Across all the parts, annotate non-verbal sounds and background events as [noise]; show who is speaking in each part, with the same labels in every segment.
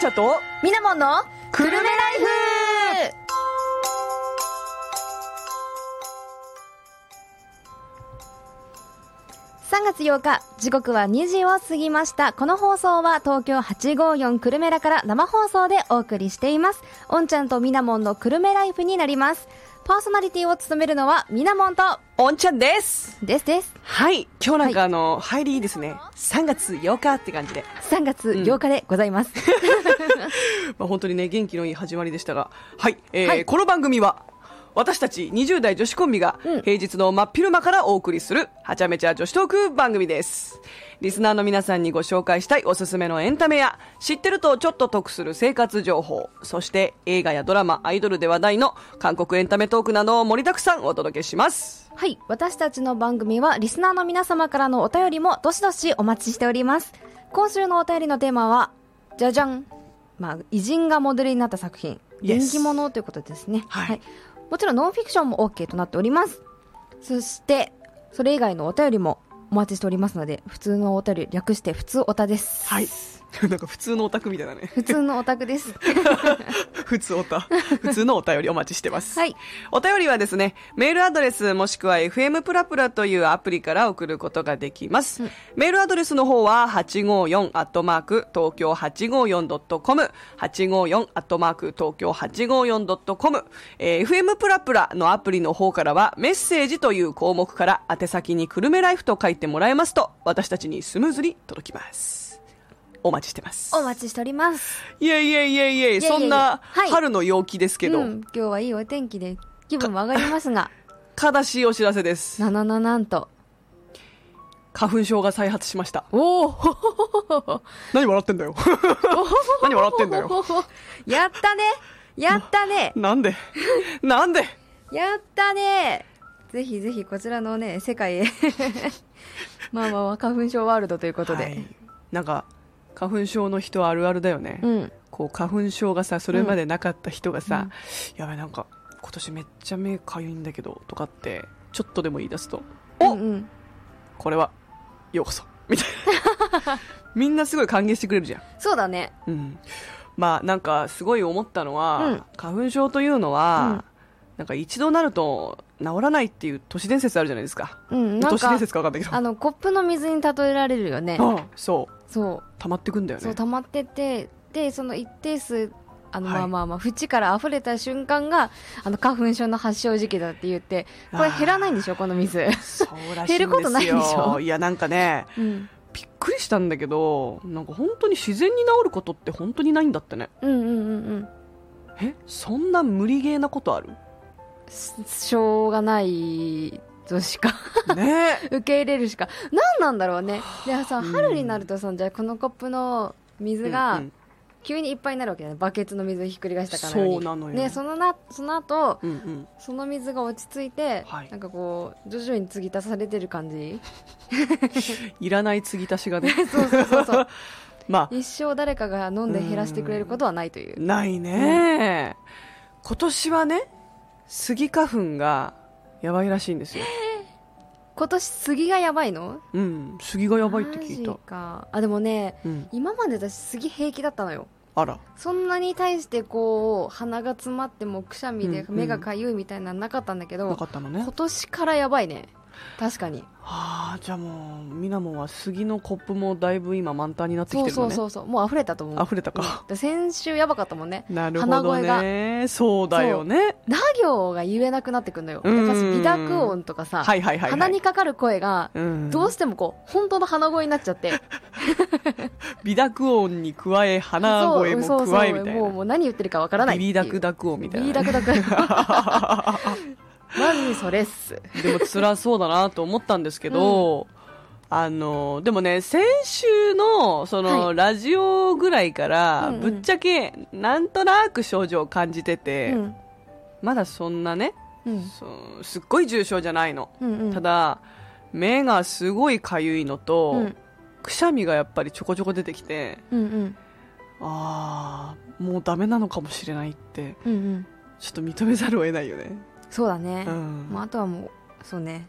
Speaker 1: 茶と
Speaker 2: みなもんの
Speaker 1: くるめライ
Speaker 2: イフ3月8日時刻は2時を過ぎましたこの放送は東京854くるめらから生放送でお送りしていますおんちゃんとみなもんのくるめライフになりますパーソナリティを務めるのはみなもんと
Speaker 1: おんちゃんです
Speaker 2: ですです
Speaker 1: はい今日なんかあの、入りいいですね3月8日って感じで、
Speaker 2: 3月8日でございます、
Speaker 1: まあ、本当にね元気のいい始まりでしたがはい、えー
Speaker 2: はい
Speaker 1: この番組は私たち20代女子コンビが
Speaker 2: うん
Speaker 1: 平日の真っ昼間からお送りするはちゃめちゃ女子トーク番組ですリスナーの皆さんにご紹介したいおすすめのエンタメや知ってるとちょっと得する生活情報そして映画やドラマアイドルで話題の韓国エンタメトークなどを盛りだくさんお届けします
Speaker 2: はい私たちの番組はリスナーの皆様からのお便りもどしどしお待ちしております今週のお便りのテーマはじゃじゃん、まあ、偉人がモデルになった作品
Speaker 1: Yes
Speaker 2: 人気者ということですね、
Speaker 1: はい
Speaker 2: もちろんノンフィクションも OK となっておりますそしてそれ以外のお便りもお待ちしておりますので普通のお便り略して普通おたです
Speaker 1: はい。 [laughs] なんか普通のオタクみたいだね。
Speaker 2: 普通のおたくです
Speaker 1: [laughs] 普通オタ。普通のお便りお待ちしてます。
Speaker 2: はい。
Speaker 1: お便りはですね、メールアドレスもしくは FM プラプラというアプリから送ることができます。メールアドレスの方は854アットマーク東京 854.com、854アットマーク東京 854.com、えー FM プラプラのアプリの方からはメッセージという項目から宛先にくるめライフと書いてもらえますと、私たちにスムーズに届きます。お待ちしてます。
Speaker 2: お待ちしております
Speaker 1: いえいえいえいえ
Speaker 2: いえ
Speaker 1: そんな
Speaker 2: はい
Speaker 1: 春の陽気ですけど、
Speaker 2: うん、今日はいいお天気で気分も上がりま
Speaker 1: [laughs]
Speaker 2: すが
Speaker 1: 悲しいお知らせです。
Speaker 2: ななななんと
Speaker 1: 花粉症が再発しました。
Speaker 2: おお
Speaker 1: 何笑ってんだ
Speaker 2: [laughs]
Speaker 1: よ。何笑ってんだよ。
Speaker 2: やったねやったね
Speaker 1: なんでなんで
Speaker 2: やったねぜひぜひこちらのね世界へ [laughs] まあまあまあ花粉症ワールドということで、
Speaker 1: はいなんか、花粉症の人あるあるだよね。
Speaker 2: うん
Speaker 1: こう、花粉症がさ、それまでなかった人がさ、やばい、なんか、今年めっちゃ目かゆいんだけど、とかって、ちょっとでも言い出すと、お、
Speaker 2: うんうん
Speaker 1: これは、ようこそ。みたい
Speaker 2: [laughs]
Speaker 1: な。みんなすごい歓迎してくれるじゃん。
Speaker 2: そうだね
Speaker 1: うん、まあなんかすごい思ったのは、
Speaker 2: うん
Speaker 1: 花粉症というのは、なんか一度なると治らないっていう都市伝説あるじゃないですか
Speaker 2: うんなん
Speaker 1: 都市伝
Speaker 2: か
Speaker 1: 説か分かんないけど
Speaker 2: あのコップの水に例えられるよね
Speaker 1: うんそう
Speaker 2: そ
Speaker 1: 溜まってくんだよ
Speaker 2: うそう
Speaker 1: ね
Speaker 2: 溜まっててでその一定数あの
Speaker 1: はい
Speaker 2: まあまあまあ、縁から溢れた瞬間があの花粉症の発症時期だって言ってこれ減らないんでしょこの水、
Speaker 1: そうらしいんですよ
Speaker 2: 減ることないでしょ
Speaker 1: いやなんかね
Speaker 2: うん、
Speaker 1: びっくりしたんだけどなんか本当に自然に治ることって本当にないんだってね
Speaker 2: うんうんうんうん
Speaker 1: えそんな無理ゲーなことあ
Speaker 2: [laughs]
Speaker 1: る
Speaker 2: ししょうがないとしか [laughs]
Speaker 1: ね
Speaker 2: 受け入れるしか何なんだろうねでさ
Speaker 1: うん
Speaker 2: 春になるとさじゃあこのコップの水
Speaker 1: う
Speaker 2: が
Speaker 1: ん
Speaker 2: 急にいっぱいになるわけだねバケツの水をひっくり返したかのように
Speaker 1: そうなのよ
Speaker 2: ねそのなその後
Speaker 1: うんうん
Speaker 2: その水が落ち着いて、
Speaker 1: はい
Speaker 2: なんかこう徐々に継ぎ足されてる感じ [laughs]
Speaker 1: いらない継ぎ足しがね
Speaker 2: そうそうそう
Speaker 1: [laughs]
Speaker 2: そう
Speaker 1: まあ
Speaker 2: 一生誰かが飲んで減らしてくれることはないという
Speaker 1: ないね、今年はねスギ花粉がやばいらしいんですよ
Speaker 2: 今年杉がやばいの
Speaker 1: うんスギがやばいって聞い
Speaker 2: マ
Speaker 1: た
Speaker 2: ジ、かあでもね
Speaker 1: うん、
Speaker 2: 今まで私杉平気だったのよ
Speaker 1: あら
Speaker 2: そんなに対してこう鼻が詰まってもくしゃみで
Speaker 1: うんうん
Speaker 2: 目がかゆいみたいなのなかったんだけど、
Speaker 1: なかったのね
Speaker 2: 今年からやばいね確かに
Speaker 1: ああじゃあもうみなもんはスギのコップもだいぶ今満タンになってき
Speaker 2: そ
Speaker 1: てるの
Speaker 2: うそう
Speaker 1: ね
Speaker 2: そうそうもう溢れたと思う
Speaker 1: 溢れたか、
Speaker 2: で先週やばかったもんね
Speaker 1: なるほど
Speaker 2: 鼻
Speaker 1: ねそうだよね
Speaker 2: な行が言えなくなってくるのよ
Speaker 1: うん
Speaker 2: 昔微濁音とかさ、
Speaker 1: はいはいはい、はい、
Speaker 2: 鼻にかかる声が
Speaker 1: うん
Speaker 2: どうしてもこう本当の鼻声になっちゃって
Speaker 1: 微濁音に加え鼻声
Speaker 2: そう
Speaker 1: も
Speaker 2: そう
Speaker 1: 加え
Speaker 2: そう
Speaker 1: みたい
Speaker 2: もう
Speaker 1: な
Speaker 2: もう何言ってるかわからない
Speaker 1: ビリダクダク音みたいな、
Speaker 2: ビ
Speaker 1: ね、
Speaker 2: ダクダク
Speaker 1: [laughs]
Speaker 2: まずそれっす
Speaker 1: でも辛そうだなと思ったんですけど、あのでもね先週のその、
Speaker 2: は
Speaker 1: ラジオぐらいから、
Speaker 2: うんうん
Speaker 1: ぶっちゃけなんとなく症状を感じて
Speaker 2: う
Speaker 1: て、
Speaker 2: ん
Speaker 1: まだそんなね
Speaker 2: うん
Speaker 1: そうすっごい重症じゃないの、
Speaker 2: うんうん
Speaker 1: ただ目がすごいかゆいのと、
Speaker 2: うん
Speaker 1: くしゃみがやっぱりちょこちょこ出てきて
Speaker 2: うんうん
Speaker 1: ああもうダメなのかもしれないって
Speaker 2: うんうん
Speaker 1: ちょっと認めざるを得ないよね、
Speaker 2: そうだね、 [laughs]
Speaker 1: うん
Speaker 2: まあ、あとはもうそうね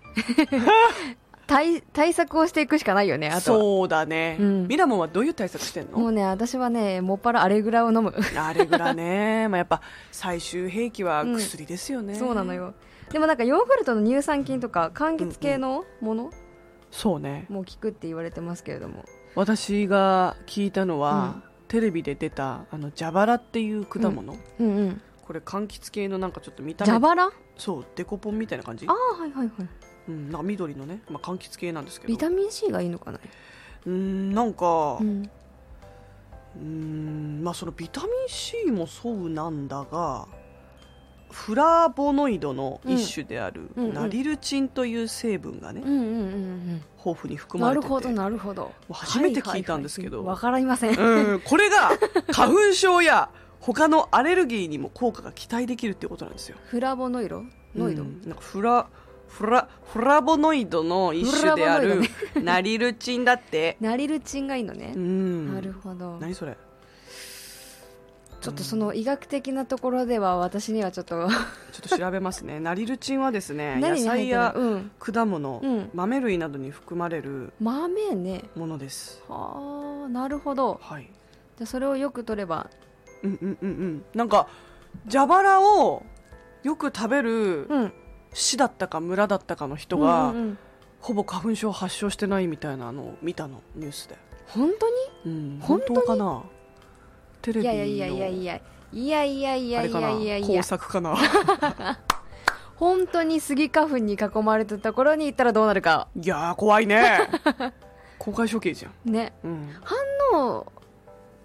Speaker 2: 対対策をしていくしかないよねあとは
Speaker 1: そうだね、
Speaker 2: うん
Speaker 1: ミラモンはどういう対策してん
Speaker 2: も
Speaker 1: の
Speaker 2: うね私はねもっぱらアレグラを飲む、
Speaker 1: あれぐらね、 [laughs] まあ、やっぱ最終兵器は薬ですよね、
Speaker 2: そうなのよでもなんかヨーグルトの乳酸菌とか柑橘系のもの
Speaker 1: そうね
Speaker 2: も効くって言われてますけれども、
Speaker 1: 私が聞いたのは、
Speaker 2: うん
Speaker 1: テレビで出たあの蛇腹っていう果物、
Speaker 2: うんうん、
Speaker 1: これ柑橘系のなんかちょっと見た
Speaker 2: 蛇
Speaker 1: 目
Speaker 2: 腹あ
Speaker 1: そうデコポンみたいな感じ
Speaker 2: あーはいはいはい
Speaker 1: うん、なんか緑のね、まあ、柑橘系なんですけど
Speaker 2: ビタミン C がいいのかな、
Speaker 1: うーんなんか
Speaker 2: う
Speaker 1: うん
Speaker 2: ん、
Speaker 1: ーんまあそのビタミン C もそうなんだがフラボノイドの一種である
Speaker 2: うんうんうん
Speaker 1: ナリルチンという成分がね、
Speaker 2: うんうんうん
Speaker 1: 豊富に
Speaker 2: うん
Speaker 1: 含ま
Speaker 2: な
Speaker 1: れ
Speaker 2: る
Speaker 1: てて
Speaker 2: ほどなるほど
Speaker 1: う初めて聞いたんですけど
Speaker 2: はいはいはいわ、かりません、
Speaker 1: うんこれが花粉症や他のアレルギーにも効果が期待できるってことなんですよ
Speaker 2: [laughs] フラボノイドノイド、
Speaker 1: うんなんかフラフラフラボノイドの一種であ
Speaker 2: フ
Speaker 1: る
Speaker 2: ラボノイ
Speaker 1: ナリルチンだって
Speaker 2: ナリルチンがいいのね
Speaker 1: う、ん
Speaker 2: なるほど
Speaker 1: 何それ
Speaker 2: ちょっとその医学的なところでは私にはちょっ [laughs] と
Speaker 1: ちょっと調べます
Speaker 2: [laughs]
Speaker 1: ねナリルチンはですね野
Speaker 2: 何
Speaker 1: 菜
Speaker 2: に入ってない
Speaker 1: や
Speaker 2: うん、
Speaker 1: 果物、
Speaker 2: うん
Speaker 1: 豆類などに含まれる
Speaker 2: 豆ね
Speaker 1: ものです
Speaker 2: はあなるほど
Speaker 1: はい
Speaker 2: じゃあそれをよく取れば
Speaker 1: うんうんうんうんなんか蛇腹をよく食べる
Speaker 2: うん
Speaker 1: 市だったか村だったかの人が、
Speaker 2: うんうんうん
Speaker 1: ほぼ花粉症発症してないみたいなのを見たのニュースで、
Speaker 2: 本当に
Speaker 1: うん、
Speaker 2: 本
Speaker 1: 本
Speaker 2: 当
Speaker 1: 当
Speaker 2: に
Speaker 1: かなテレ
Speaker 2: い
Speaker 1: ビ
Speaker 2: や
Speaker 1: の
Speaker 2: いやいやいやいやいやいや
Speaker 1: あ
Speaker 2: いや
Speaker 1: れ
Speaker 2: い
Speaker 1: か
Speaker 2: や
Speaker 1: ない
Speaker 2: やい
Speaker 1: 工
Speaker 2: や
Speaker 1: 作かな
Speaker 2: 本当にスギ花粉に囲まれたところに行ったらどうなるか
Speaker 1: いやー怖いね公開処刑じゃん、
Speaker 2: ね
Speaker 1: うん
Speaker 2: 反応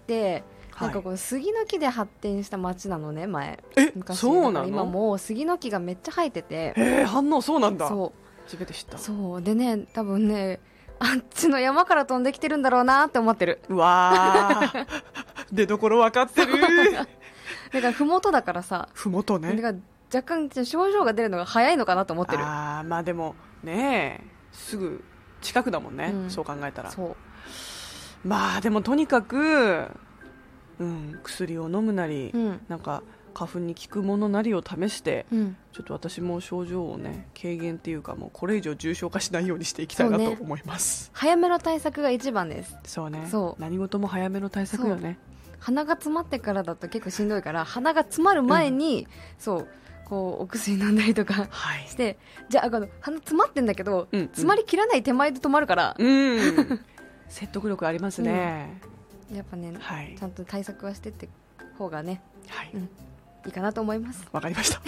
Speaker 2: って
Speaker 1: はい
Speaker 2: なんかこう杉の木で発展した町なのね前
Speaker 1: え
Speaker 2: 昔
Speaker 1: そうな
Speaker 2: だから
Speaker 1: の
Speaker 2: 今もう杉の木がめっちゃ生えてて
Speaker 1: えー、反応そうなんだ
Speaker 2: そ
Speaker 1: 初めて知った
Speaker 2: うそうでね多分ねあっちの山から飛んできてるんだろうなって思ってる
Speaker 1: うわ
Speaker 2: [laughs]
Speaker 1: ー出どころ分かってる
Speaker 2: だから麓だからさ
Speaker 1: ふもと
Speaker 2: だ
Speaker 1: [laughs] ね
Speaker 2: から若干症状が出るのが早いのかなと思ってる
Speaker 1: ああまあでもねえすぐ近くだもんね、
Speaker 2: うん
Speaker 1: そう考えたら
Speaker 2: そう
Speaker 1: まあでもとにかく、うん、薬を飲むなり、
Speaker 2: うん
Speaker 1: なんか花粉に効くものなりを試して
Speaker 2: うん
Speaker 1: ちょっと私も症状をね軽減っていうかもうこれ以上重症化しないようにしていきたいな
Speaker 2: そう
Speaker 1: と
Speaker 2: ね
Speaker 1: 思います
Speaker 2: 早めの対策が一番です
Speaker 1: そうね
Speaker 2: そう
Speaker 1: 何事も早めの対策よね
Speaker 2: 鼻が詰まってからだと結構しんどいから鼻が詰まる前に、そうこうお薬飲んだりとか
Speaker 1: はい
Speaker 2: してじゃああの鼻詰まってんだけど、
Speaker 1: うんうん
Speaker 2: 詰まりきらない手前で止まるから、
Speaker 1: うん [laughs] 説得力ありますね、
Speaker 2: やっぱね
Speaker 1: はい
Speaker 2: ちゃんと対策はしてって方がね
Speaker 1: はい
Speaker 2: うんいいかなと思います
Speaker 1: わかりました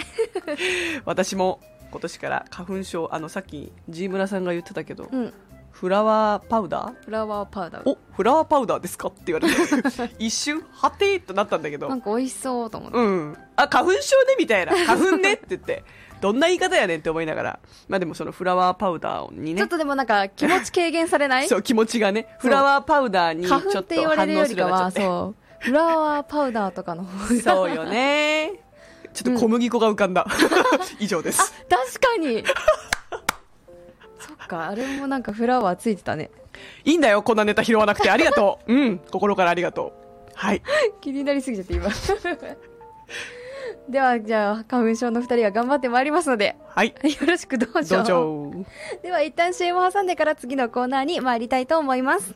Speaker 1: [laughs] 私も今年から花粉症あのさっき G 村さんが言ってたけど、
Speaker 2: うん
Speaker 1: フラワーパウダー
Speaker 2: フラワーパウダー
Speaker 1: おフラワーパウダーですかって言われ [laughs] て一瞬はてーっとなったんだけ
Speaker 2: な
Speaker 1: ど
Speaker 2: んか美味しそうと思って、
Speaker 1: うんあ花粉症ねみた
Speaker 2: [laughs]
Speaker 1: いな花粉ねって言ってどんな言い方やねんって思いながらまあでもそのフラワーパウダーに
Speaker 2: ちょ
Speaker 1: ね
Speaker 2: っとでもなんか気持ち軽減されない
Speaker 1: そう気持ちがねフラワーパウダーにちょ
Speaker 2: 花
Speaker 1: っと反
Speaker 2: 粉っ
Speaker 1: 応
Speaker 2: て言われるよ
Speaker 1: す
Speaker 2: り
Speaker 1: るよ
Speaker 2: か
Speaker 1: うにな
Speaker 2: は
Speaker 1: っちゃっ
Speaker 2: そうフラワーパウダーとかの方
Speaker 1: て
Speaker 2: が
Speaker 1: そうよ
Speaker 2: [laughs]
Speaker 1: ねちょっと小麦粉が浮かんだ以上です
Speaker 2: 確かにそっかあれもなんかフラワーついてたね
Speaker 1: いいんだよ、こんなネタ拾わなくて。ありがとう。うん、心からありがとう。はい。
Speaker 2: 気になりすぎちゃって今ではじゃあ花粉症の2人が頑張ってまいりますので [laughs]
Speaker 1: はい。
Speaker 2: よろしくどう
Speaker 1: ど
Speaker 2: ぞ
Speaker 1: うぞ。
Speaker 2: では一旦 CM を挟んでから次のコーナーに参りたいと思います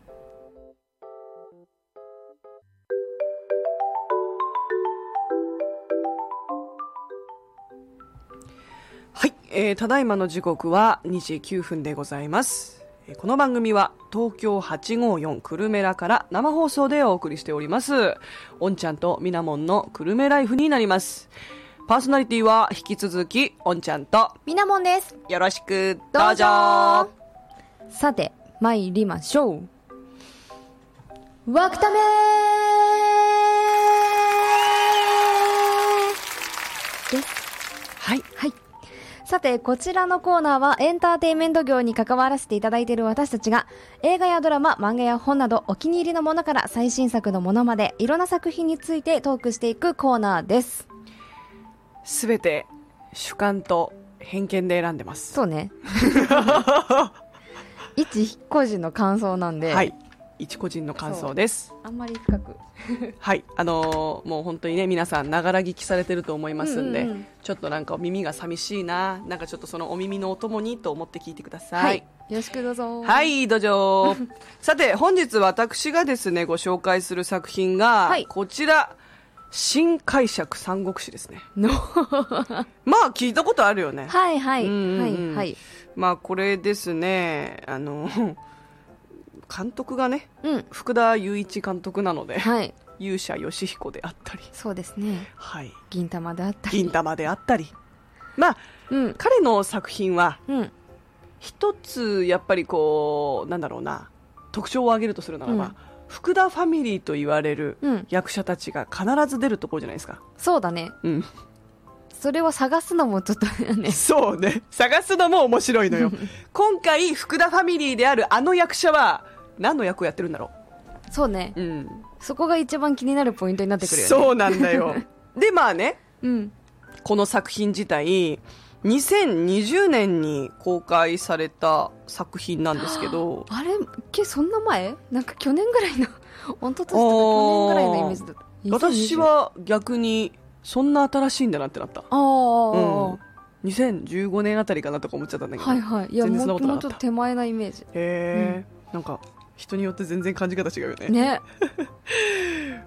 Speaker 1: はい、えーただいまの時刻は2時9分でございます。えーこの番組は東京854久留米らから生放送でお送りしております。おんちゃんとみなもんの久留米ライフになります。パーソナリティは引き続きおんちゃんと
Speaker 2: みなもんです
Speaker 1: よろしくどうぞ。
Speaker 2: さて参りましょうワクタメ
Speaker 1: はい。
Speaker 2: はい。さて、こちらのコーナーはエンターテインメント業に関わらせていただいている私たちが映画やドラマ、漫画や本などお気に入りのものから最新作のものまでいろんな作品についてトークしていくコーナーです。
Speaker 1: すべて主観と偏見で選んで [laughs] ます。
Speaker 2: そうね。一非個人の感想なんで、
Speaker 1: はい。一個人の感想です。
Speaker 2: あんまり深く
Speaker 1: はい、あのーもう本当にね、皆さん、ながら聞きされてると思いますんで、
Speaker 2: うんうんうん
Speaker 1: ちょっとなんかお耳が寂しいな、なんかちょっとそのお耳のお供にと思って聞いてくださ
Speaker 2: はいい。よろしくどうぞ
Speaker 1: はい、どう
Speaker 2: [laughs]
Speaker 1: ぞ。さて、本日私がですね、ご紹介する作品が、
Speaker 2: はい
Speaker 1: こちら、新解釈三国志ですね。
Speaker 2: [laughs] の
Speaker 1: まあ、聞いたことあるよね。
Speaker 2: はいはい
Speaker 1: うんうんうん
Speaker 2: はいはい
Speaker 1: まあ、これですね、あの、監督がね、
Speaker 2: うん
Speaker 1: 福田雄一監督なので、
Speaker 2: はい
Speaker 1: 勇者義彦であったり、
Speaker 2: そうですね
Speaker 1: はい、
Speaker 2: 銀玉であったり
Speaker 1: 銀玉であったり、まあ、
Speaker 2: うん
Speaker 1: 彼の作品は、
Speaker 2: うん
Speaker 1: 一つ、やっぱりこう、なんだろうな、特徴を挙げるとするならば、
Speaker 2: うん
Speaker 1: 福田ファミリーと言われる、
Speaker 2: うん
Speaker 1: 役者たちが必ず出るところじゃないですか。
Speaker 2: そうだね
Speaker 1: うん。
Speaker 2: それを探すのもちょっとね [laughs]
Speaker 1: そうね。探すのも面白いのよ。今回、福田ファミリーであるあの役者は、何の役をやってるんだろ
Speaker 2: そうね
Speaker 1: う。うん。
Speaker 2: そこが一番気になるポイントになってくるよね
Speaker 1: そうなんだ
Speaker 2: [laughs]
Speaker 1: よ。で、まあね、
Speaker 2: うん、
Speaker 1: この作品自体、2020年に公開された作品なんですけど
Speaker 2: あれけそんな前なんか去年ぐらいの [laughs] 本当とした
Speaker 1: あー
Speaker 2: 去年ぐらいのイメージだった
Speaker 1: 私は逆に、そんな新しいんだなってなった。
Speaker 2: ああ、
Speaker 1: うん。2015年あたりかなとか思っちゃったんだけど。
Speaker 2: はいはいいや
Speaker 1: 全然そ
Speaker 2: も
Speaker 1: んなこと
Speaker 2: も
Speaker 1: な
Speaker 2: っ
Speaker 1: かった
Speaker 2: と手前なイメージ
Speaker 1: へえ、なんか、人によって全然感じ方違うよね。
Speaker 2: ね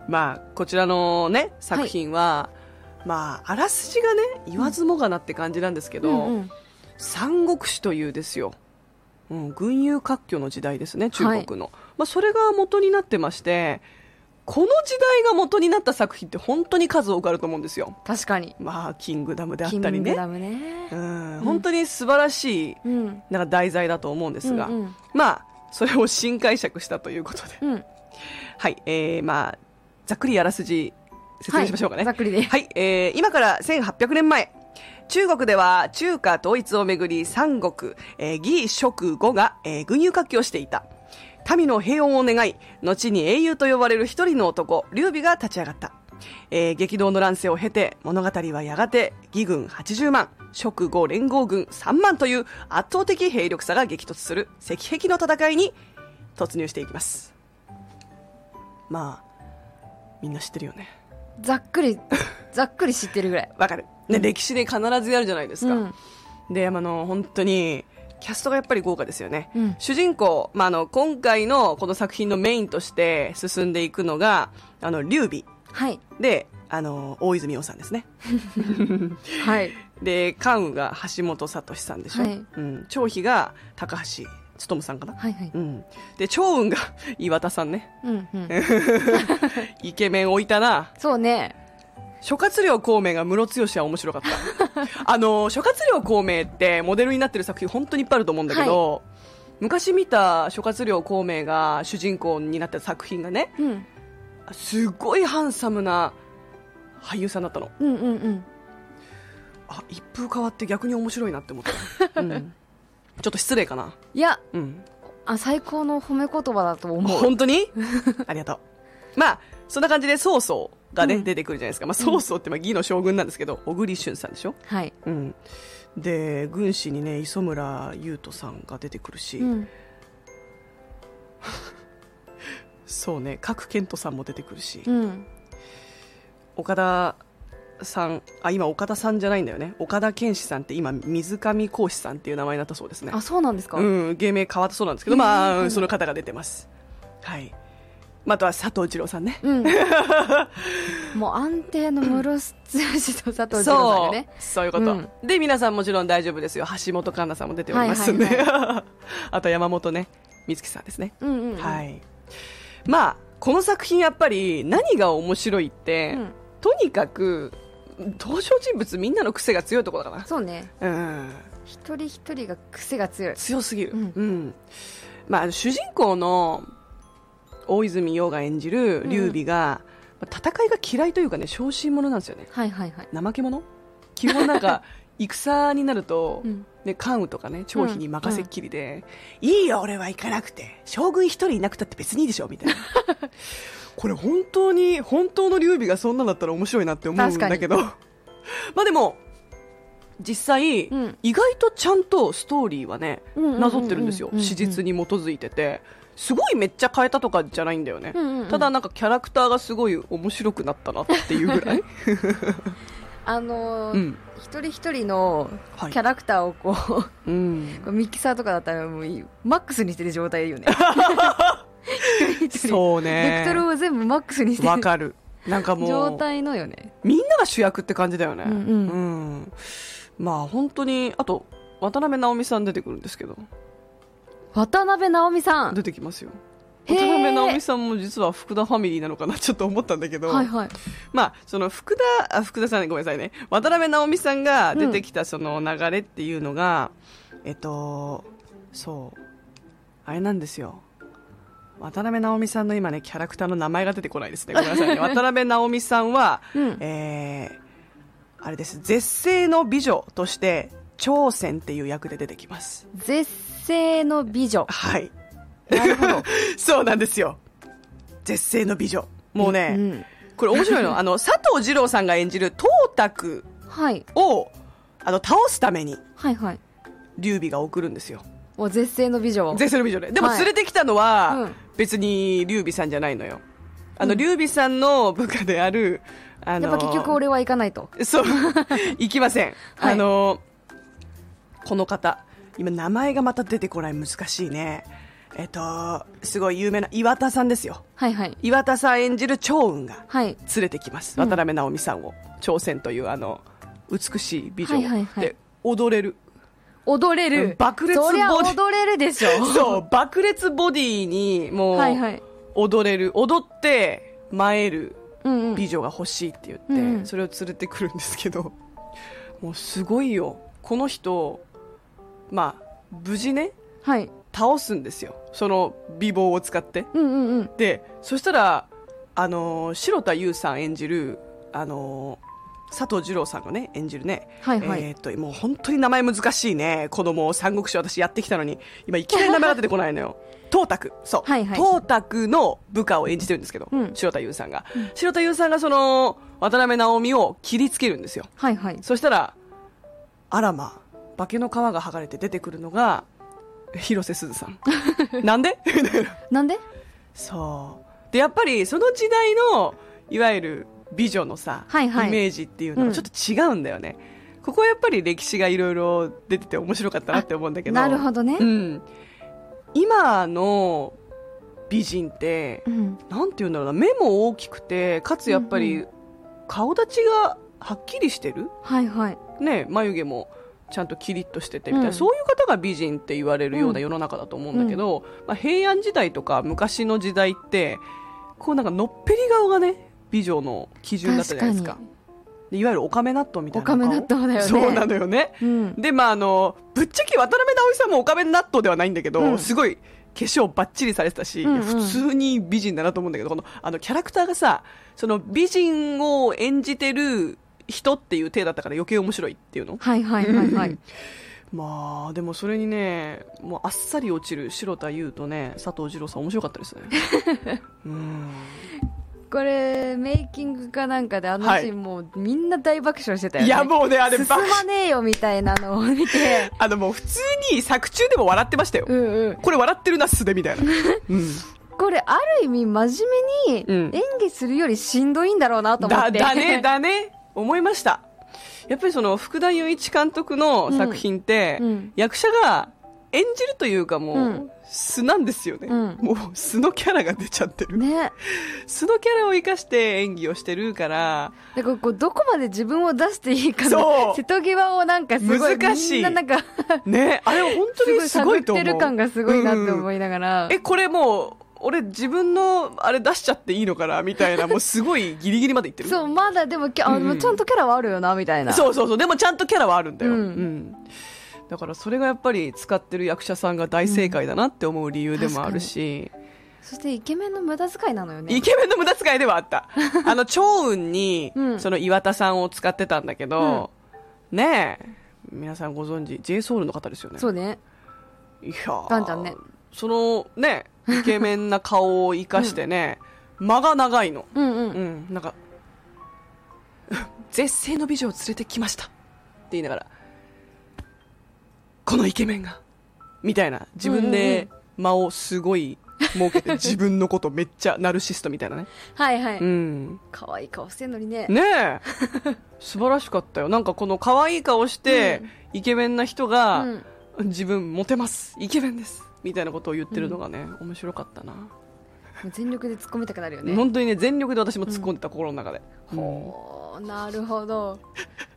Speaker 1: まあ、こちらのね、作品は、まあ、あらすじがね、言わずもがなって感じなんですけど、
Speaker 2: うんうん
Speaker 1: 三国志というですよ、うん、軍友割拠の時代ですね、中国の。まあ、それが元になってまして、この時代が元になった作品って本当に数多くあると思うんですよ。
Speaker 2: 確かに
Speaker 1: まあ、キングダムであっ
Speaker 2: キン
Speaker 1: たり
Speaker 2: グ
Speaker 1: ね。
Speaker 2: ダムね
Speaker 1: うん、本当に素晴らしい、
Speaker 2: うん
Speaker 1: なんか題材だと思うんですが、
Speaker 2: うんうん
Speaker 1: まあ、それを新解釈したということで。
Speaker 2: うん
Speaker 1: はい、えー、まあ、ざっくりあらすじ説明しましょうかね。
Speaker 2: はいざっくりで
Speaker 1: はい、えー今から1800年前、中国では中華統一をめぐり三国、えー、義、蜀、呉が、えー軍友割拠していた。民の平穏を願い、後に英雄と呼ばれる一人の男、劉備が立ち上がった。えー激動の乱世を経て、物語はやがて、義軍80万、蜀呉連合軍3万という圧倒的兵力差が激突する石壁の戦いに突入していきます。まあ、みんな知ってるよね。
Speaker 2: ざっくりざっくり知ってるぐらい
Speaker 1: わかる。ね、歴史で必ずやるじゃないですか。
Speaker 2: うん
Speaker 1: で、あの、本当に、キャストがやっぱり豪華ですよね。
Speaker 2: うん
Speaker 1: 主人公、まあ、あの、今回のこの作品のメインとして進んでいくのが、あの、劉備。
Speaker 2: はい
Speaker 1: で、あの、大泉洋さんですね。
Speaker 2: はい
Speaker 1: で、関羽が橋本聡さんでしょ。
Speaker 2: はい
Speaker 1: うん。張飛が高橋勉さんかな。
Speaker 2: はいはい
Speaker 1: うん。で、趙雲が [laughs] 岩田さんね。
Speaker 2: うんうん
Speaker 1: イケメン置いたな。
Speaker 2: そうね
Speaker 1: 諸葛亮孔明が室ロは面白かっ
Speaker 2: [laughs]
Speaker 1: た。あの、諸葛亮孔明ってモデルになってる作品本当にいっぱいあると思うんだけど、昔見た諸葛亮孔明が主人公になった作品がね、
Speaker 2: うん
Speaker 1: すごいハンサムな俳優さんだったの。
Speaker 2: うんうんうん
Speaker 1: あ、一風変わって逆に面白いなって思
Speaker 2: [laughs]
Speaker 1: った。うん、ちょっと失礼かな。
Speaker 2: いや
Speaker 1: うん。
Speaker 2: あ最高の褒め言葉だと思う
Speaker 1: 本当に
Speaker 2: [laughs]
Speaker 1: ありがとう。まあ、そんな感じで曹操がね、
Speaker 2: うん
Speaker 1: 出てくるじゃないですか。まあ、曹操ってまあ義の将軍なんですけど、小栗旬さんでしょ
Speaker 2: はい
Speaker 1: うん、で軍師にね磯村優斗さんが出てくるし、
Speaker 2: うん
Speaker 1: そうね賀来賢人さんも出てくるし、
Speaker 2: うん
Speaker 1: 岡田さんあ今岡田さんじゃないんだよね岡田健志さんって今水上講師さんっていう名前になったそうですね
Speaker 2: あそうなんですか
Speaker 1: うん芸名変わったそうなんですけど、
Speaker 2: へー
Speaker 1: まあ
Speaker 2: は
Speaker 1: う
Speaker 2: い
Speaker 1: んその方が出てますはいまああとは佐藤二郎さんね
Speaker 2: うん
Speaker 1: [laughs]
Speaker 2: もう安定の室津と佐藤二郎さん
Speaker 1: そ
Speaker 2: が
Speaker 1: う、
Speaker 2: ね
Speaker 1: そういうこと、
Speaker 2: うん
Speaker 1: で皆さんもちろん大丈夫ですよ橋本環奈さんも出ておりますんで、
Speaker 2: はいは
Speaker 1: [laughs] あと山本ね美月さんですね
Speaker 2: うんうんうん
Speaker 1: はい。まあ、この作品やっぱり何が面白いって、
Speaker 2: うん
Speaker 1: とにかく、登場人物みんなの癖が強いところだか
Speaker 2: そうね
Speaker 1: な。うん。
Speaker 2: 一人一人が癖が強い
Speaker 1: 強すぎる。う
Speaker 2: うんん。
Speaker 1: まあ、主人公の大泉洋が演じる劉備が、まあ戦いが嫌いというかね、小心者なんですよね。
Speaker 2: はいはいはい
Speaker 1: 怠け者基本なん
Speaker 2: [laughs]
Speaker 1: か、戦になると、
Speaker 2: うん
Speaker 1: ね、関羽とかね、張飛に任せっきりで、いいよ、俺は行かなくて。将軍一人いなくたって別にいいでしょ、み
Speaker 2: [laughs]
Speaker 1: たいな。これ本当に、本当の劉備がそんなんだったら面白いなって思うんだけど。まあでも、実際、
Speaker 2: うん
Speaker 1: 意外とちゃんとストーリーはね、
Speaker 2: うんうんうんうん
Speaker 1: なぞってるんですよ。
Speaker 2: うんうん
Speaker 1: 史実に基づいてて。すごいめっちゃ変えたとかじゃないんだよね、
Speaker 2: うんうんうん
Speaker 1: ただなんかキャラクターがすごい面白くなったなっていう
Speaker 2: [laughs]
Speaker 1: ぐらい、
Speaker 2: あのー
Speaker 1: うん
Speaker 2: 一人一人の
Speaker 1: はい
Speaker 2: キャラクターをこう、
Speaker 1: うん、
Speaker 2: こうミ [laughs] キサーとかだったらもういいマックスにしてる状態よね一人一
Speaker 1: [laughs]
Speaker 2: 人
Speaker 1: そう
Speaker 2: ベクトル
Speaker 1: ね
Speaker 2: を全部マックスにして
Speaker 1: わ
Speaker 2: る
Speaker 1: かるなんか
Speaker 2: 状
Speaker 1: もう
Speaker 2: 態のよね
Speaker 1: みんなが主役って感じだよね
Speaker 2: う
Speaker 1: うんん、
Speaker 2: う
Speaker 1: まあ本当にあと渡辺直美さん出てくるんですけど
Speaker 2: 渡辺直美さん
Speaker 1: 出てきますよ
Speaker 2: へー
Speaker 1: 渡辺直美さんも実は福田ファミリーなのかなちょっと思ったんだけど、
Speaker 2: はいはい
Speaker 1: まあ、その福田、あ、福田さんねごめんなさいね。渡辺直美さんが出てきたその流れっていうのが、えっと、そう、あれなんですよ。渡辺直美さんの今ね、キャラクターの名前が出てこないですね。ごめんなさい
Speaker 2: [laughs]
Speaker 1: ね。渡辺直美さんは、
Speaker 2: うん
Speaker 1: えー、あれです。絶世の美女として、朝鮮っていう役で出てきます。
Speaker 2: 絶世の美女
Speaker 1: はい。
Speaker 2: なるほ
Speaker 1: [laughs]
Speaker 2: ど
Speaker 1: そうなんですよ。絶世の美女。もうね、
Speaker 2: うん
Speaker 1: これ面白いの。あの、佐藤二朗さんが演じる、トータク
Speaker 2: はい
Speaker 1: をあの倒すために
Speaker 2: はいはい
Speaker 1: 劉備が送るんですよ
Speaker 2: お絶世の美女を
Speaker 1: ゼセル美女ねでも
Speaker 2: はい
Speaker 1: 連れてきたのは、
Speaker 2: うん
Speaker 1: 別に劉備さんじゃないのよあの劉備さんの部下であるあの
Speaker 2: やっぱ結局俺は行かないと [laughs]
Speaker 1: そう行きません、
Speaker 2: はい
Speaker 1: あのこの方今名前がまた出てこない難しいねえっとすごい有名な岩田さんですよ
Speaker 2: はいはい
Speaker 1: 岩田さん演じる趙雲が
Speaker 2: はい
Speaker 1: 連れてきます
Speaker 2: うん
Speaker 1: 渡辺直美さんを、朝鮮というあの美しい美女を、
Speaker 2: はいはいはい
Speaker 1: で踊れる
Speaker 2: 踊れ
Speaker 1: う
Speaker 2: る
Speaker 1: ん爆裂ボ
Speaker 2: そ
Speaker 1: デ
Speaker 2: りゃ
Speaker 1: ィ
Speaker 2: 踊れるでしょ
Speaker 1: そう、爆裂ボディに、も、
Speaker 2: はいはいう
Speaker 1: 踊れる、踊って、舞える
Speaker 2: うんうん
Speaker 1: 美女が欲しいって言って、
Speaker 2: うんうん
Speaker 1: それを連れてくるんですけど、もうすごいよ。この人、まあ、無事ね、
Speaker 2: はい
Speaker 1: 倒すんですよ。その美貌を使って。
Speaker 2: うんうんうん
Speaker 1: で、そしたら、あのー、白田優さん演じる、あのー、佐藤二朗さんがね、演じるね、
Speaker 2: はいはい
Speaker 1: えーっと、もう本当に名前難しいね。子供を三国志私やってきたのに、今いきなり名前が出てこないの
Speaker 2: [laughs]
Speaker 1: よ。東卓、そう。
Speaker 2: はいはい
Speaker 1: 東卓の部下を演じてるんですけど、
Speaker 2: うん
Speaker 1: 白田優さんが。白田優さんがその、渡辺直美を切りつけるんですよ。
Speaker 2: はいはい
Speaker 1: そしたら、あらま、化けの皮が剥がれて出てくるのが、広瀬すずさ
Speaker 2: [laughs]
Speaker 1: ん。なんで [laughs] みたいな
Speaker 2: なんで
Speaker 1: そう。で、やっぱりその時代の、いわゆる美女のさ、
Speaker 2: はいはい
Speaker 1: イメージっていうの
Speaker 2: うん
Speaker 1: がちょっと違うんだよね。ここはやっぱり歴史がいろいろ出てて面白かったなって思うんだけど。
Speaker 2: なるほどね
Speaker 1: うん。今の美人って
Speaker 2: う、ん
Speaker 1: なんて言うんだろうな、目も大きくて、かつやっぱ
Speaker 2: うんう
Speaker 1: り顔立ちがはっきりしてる
Speaker 2: はいはい
Speaker 1: ね、眉毛もちゃんとキリッとしててみたいな、
Speaker 2: うん
Speaker 1: そういう方が美人って言われるよう
Speaker 2: う
Speaker 1: なん世の中だと思うんだけど、まあ、平安時代とか昔の時代ってこうなんかのっぺり顔がね美女の基準だったじゃないですかでいわゆるオカメ納豆みたいな顔
Speaker 2: オカメ納豆だよね
Speaker 1: そうなのよね
Speaker 2: うん
Speaker 1: でまああのぶっちゃけ渡辺直美さんもオカメ納豆ではないんだけど、
Speaker 2: うん
Speaker 1: すごい化粧ばっちりされてたし、
Speaker 2: うんうん
Speaker 1: 普通に美人だなと思うんだけどこのあのキャラクターがさその美人を演じてる人っていう体だったから余計面白いっていうの
Speaker 2: はいはいはいはい
Speaker 1: まあでもそれにねもうあっさり落ちる白田優とね佐藤二朗さん面白かったですね [laughs] うん
Speaker 2: これメイキングかなんかであのシ
Speaker 1: はい
Speaker 2: ーンもうみんな大爆笑してたよね
Speaker 1: いやもうねあれ
Speaker 2: 進
Speaker 1: ば
Speaker 2: まねえよみたいなのを見て
Speaker 1: [laughs] あのもう普通に作中でも笑ってましたよ、
Speaker 2: うんうん
Speaker 1: これ笑ってるなすでみたい [laughs] な、うん
Speaker 2: これある意味真面
Speaker 1: う
Speaker 2: 目
Speaker 1: ん
Speaker 2: に演技するよりしんどいんだろうなと思って
Speaker 1: だだねだね思いましたやっぱりその福田雄一監督の作品って、
Speaker 2: うんうん
Speaker 1: 役者が演じるというかもう、
Speaker 2: うん
Speaker 1: 素なんですよね、
Speaker 2: うん
Speaker 1: もう素のキャラが出ちゃってる、
Speaker 2: [laughs] ね
Speaker 1: 素のキャラを生かして演技をしてるから
Speaker 2: だからこうどこまで自分を出していいか
Speaker 1: そ
Speaker 2: の
Speaker 1: う
Speaker 2: 瀬戸際をなんかすごい
Speaker 1: 難しい
Speaker 2: みんななんか
Speaker 1: ねあれ本当
Speaker 2: [laughs]
Speaker 1: にす
Speaker 2: 探
Speaker 1: ご
Speaker 2: っ
Speaker 1: いと思
Speaker 2: て
Speaker 1: う
Speaker 2: る感がすごいなって
Speaker 1: うん
Speaker 2: 思いながら、
Speaker 1: えこれもう俺自分のあれ出しちゃっていいのかなみたいなもうすごいギリギリまでいってる
Speaker 2: そうまだでもきあ
Speaker 1: うんうん
Speaker 2: ちゃんとキャラはあるよなみたいな
Speaker 1: そうそうそうでもちゃんとキャラはあるんだよ、
Speaker 2: う
Speaker 1: うんんだからそれがやっぱり使ってる役者さんが大正解だなって思う理由でもあるし、
Speaker 2: そしてイケメンの無駄遣いなのよね
Speaker 1: イケメンの無駄遣いではあったあの趙雲に
Speaker 2: うん
Speaker 1: その岩田さんを使ってたんだけど、ねえ皆さんご存知 j s o u l の方ですよね
Speaker 2: そうね
Speaker 1: いやー
Speaker 2: ガンちゃんね
Speaker 1: そのねイケメンな顔を生かしてね、間が長いの
Speaker 2: うんうん
Speaker 1: うん、なんか、 [laughs] 絶世の美女を連れてきましたって言いながら、このイケメンが、みたいな、自分で間をすごい儲けて自分のことめっちゃナルシストみたいなね。
Speaker 2: はいは
Speaker 1: う
Speaker 2: い。
Speaker 1: ん。
Speaker 2: 可愛い顔してんのにね。
Speaker 1: ねえ。素晴らしかったよ。なんかこの可愛い顔して、イケメンな人
Speaker 2: う
Speaker 1: が、
Speaker 2: ん。
Speaker 1: 自分モテます。イケメンです。みたいなことを言ってるのがね、面白かったな。
Speaker 2: もう全力で突っ込みたくなるよね。
Speaker 1: 本当にね、全力で私も突っ込んでた、心の中で。うん
Speaker 2: ほう、なる
Speaker 1: [laughs]
Speaker 2: ほど。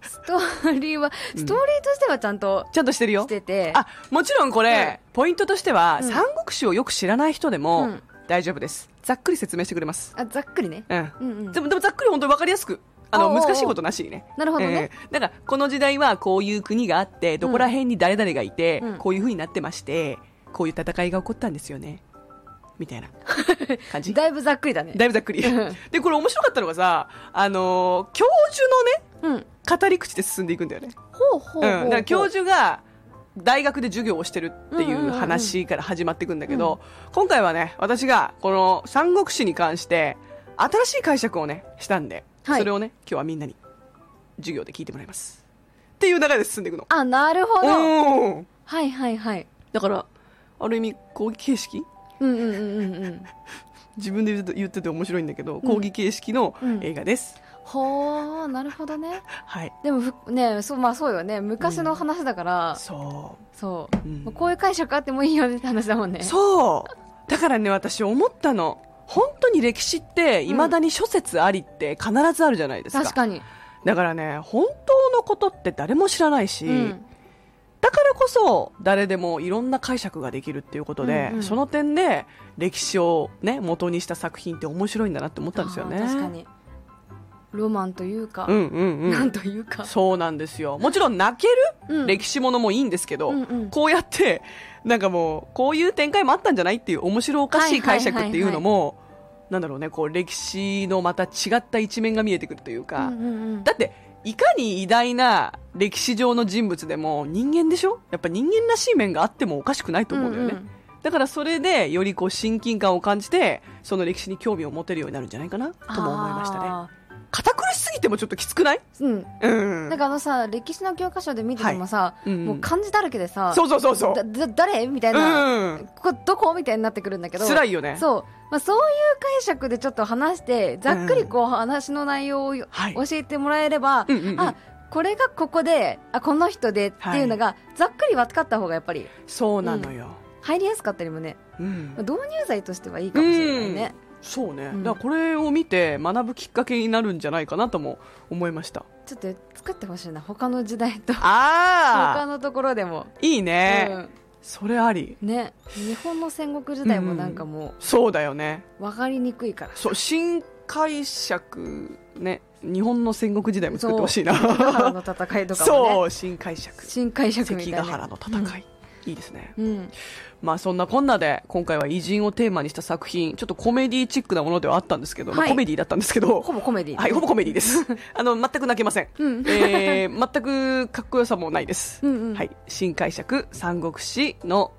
Speaker 2: ストーリーは、ストーリーとしてはちゃんと
Speaker 1: ちゃんとしてるよ
Speaker 2: し。てて。
Speaker 1: あ、もちろんこれ、ポイントとしては、
Speaker 2: うん
Speaker 1: 三国志をよく知らない人でも、
Speaker 2: うん
Speaker 1: 大丈夫です。ざっくり説明してくれます。
Speaker 2: あ、ざっくりね。
Speaker 1: うん。
Speaker 2: うんうん。
Speaker 1: でも、でもざっくり本当にわかりやすく。あ
Speaker 2: おう
Speaker 1: の、
Speaker 2: おうおう
Speaker 1: 難しいことなしにね。
Speaker 2: なるほどね。
Speaker 1: えーだから、この時代はこういう国があって、どこら辺に誰々がいて、
Speaker 2: うん
Speaker 1: こういう風になってまして、こういう戦いが起こったんですよね。み
Speaker 2: [laughs]
Speaker 1: たいな感じ。だ
Speaker 2: だいぶざっくりだね。
Speaker 1: いぶざっくり
Speaker 2: うん。
Speaker 1: で、これ面白かったのがさ、あのー教授
Speaker 2: うん。ほ
Speaker 1: のね、語り口で進んでいくんだよね。
Speaker 2: うほうほう
Speaker 1: うん、
Speaker 2: ほ
Speaker 1: だ
Speaker 2: う。
Speaker 1: から教授が大学で授業をしてるってい
Speaker 2: んうんうんう
Speaker 1: うん話から始まっていくんだけど、今回はね私がこの「三国志」に関して新しい解釈をねしたんで、
Speaker 2: はい
Speaker 1: それをね今日はみんなに授業で聞いてもらいますっていう流れで進んでいくの。
Speaker 2: あ、なるほど。
Speaker 1: うん
Speaker 2: はいはいはい。
Speaker 1: だからある意味講義形式
Speaker 2: うんうんうんうんうん。
Speaker 1: 自分で言うと言ってて面白いんだけど、講義形式の
Speaker 2: うん
Speaker 1: 映画です。
Speaker 2: ほう、なるほどね。
Speaker 1: はい
Speaker 2: でもふ、ね、そう、まあそうよね。昔の話だから、
Speaker 1: そう
Speaker 2: そう。
Speaker 1: うん
Speaker 2: まあこういう解釈あってもいいよねって話だもんね。
Speaker 1: そうだからね私思ったの本当に歴史っていまだに諸説ありって必ずあるじゃないですか,、
Speaker 2: 確かに。
Speaker 1: だからね本当のことって誰も知らないし、
Speaker 2: うん。
Speaker 1: だからこそ誰でもいろんな解釈ができるっていうことで、
Speaker 2: うんうん
Speaker 1: その点で歴史をね元にした作品って面白いんだなって思ったんですよね
Speaker 2: あー確かに。ロマンというか、
Speaker 1: うんうんう
Speaker 2: なん
Speaker 1: ん
Speaker 2: というか。
Speaker 1: そうなんですよもちろん泣ける、
Speaker 2: うん
Speaker 1: 歴史ものもいいんですけど、
Speaker 2: うんうん
Speaker 1: こうやってなんかもうこういう展開もあったんじゃないっていう面白おかしい解釈っていうのも、なんだろうねこう歴史のまた違った一面が見えてくるというか、
Speaker 2: うんうんうん
Speaker 1: だっていかに偉大な歴史上の人物でも人間でしょやっぱ人間らしい面があってもおかしくないと思うんだよね、
Speaker 2: うんうん
Speaker 1: だからそれでよりこう親近感を感じてその歴史に興味を持てるようになるんじゃないかなとも思いましたね
Speaker 2: あ
Speaker 1: 堅苦しすぎてもちょっときつくない
Speaker 2: ーうん。
Speaker 1: うん
Speaker 2: なんかあのさ、歴史の教科書で見ててもさ、
Speaker 1: いうん
Speaker 2: もう漢字だらけでさ、
Speaker 1: そうそうそうそう
Speaker 2: だだ誰みたいな、
Speaker 1: うん
Speaker 2: ここどこみたいになってくるんだけど、
Speaker 1: 辛いよね
Speaker 2: そう、まあ、そういう解釈でちょっと話して、ざっくりこう話の内容をよ、
Speaker 1: はい
Speaker 2: 教えてもらえれば、
Speaker 1: うんうんうん
Speaker 2: あこれがここで、あこの人でっていうのが、ざっくり分かった方がやっぱり
Speaker 1: そうなのよ、
Speaker 2: 入りやすかったりもね、
Speaker 1: うん
Speaker 2: まあ、導入剤としてはいいかもしれないね。
Speaker 1: そうね、
Speaker 2: うん
Speaker 1: だからこれを見て学ぶきっかけになるんじゃないかなとも思いました
Speaker 2: ちょっと作ってほしいな、他の時代と、他
Speaker 1: ああ
Speaker 2: のところでも。
Speaker 1: いいね、それあり
Speaker 2: うん、ね日本の戦国時代もなんかも
Speaker 1: そうだよね
Speaker 2: う分かりにくいから、
Speaker 1: そう新解釈ね日本の戦国時代も作ってほしいな
Speaker 2: 関ヶ原の戦いとかもね
Speaker 1: [laughs] そう新解釈
Speaker 2: 新解釈み
Speaker 1: 関
Speaker 2: たい
Speaker 1: ヶ
Speaker 2: な
Speaker 1: 原の戦い、いいですね
Speaker 2: うん
Speaker 1: まあそんなこんなで今回は偉人をテーマにした作品ちょっとコメディチックなものではあったんですけど、まあ
Speaker 2: はい
Speaker 1: コメディだったんですけど
Speaker 2: ほぼコメディ
Speaker 1: はい、ほぼコメディ
Speaker 2: [laughs]
Speaker 1: です。あの、全く泣けません。
Speaker 2: うん
Speaker 1: えー全くかっこよさもないです。
Speaker 2: うんうん
Speaker 1: はい、新解釈、三国志の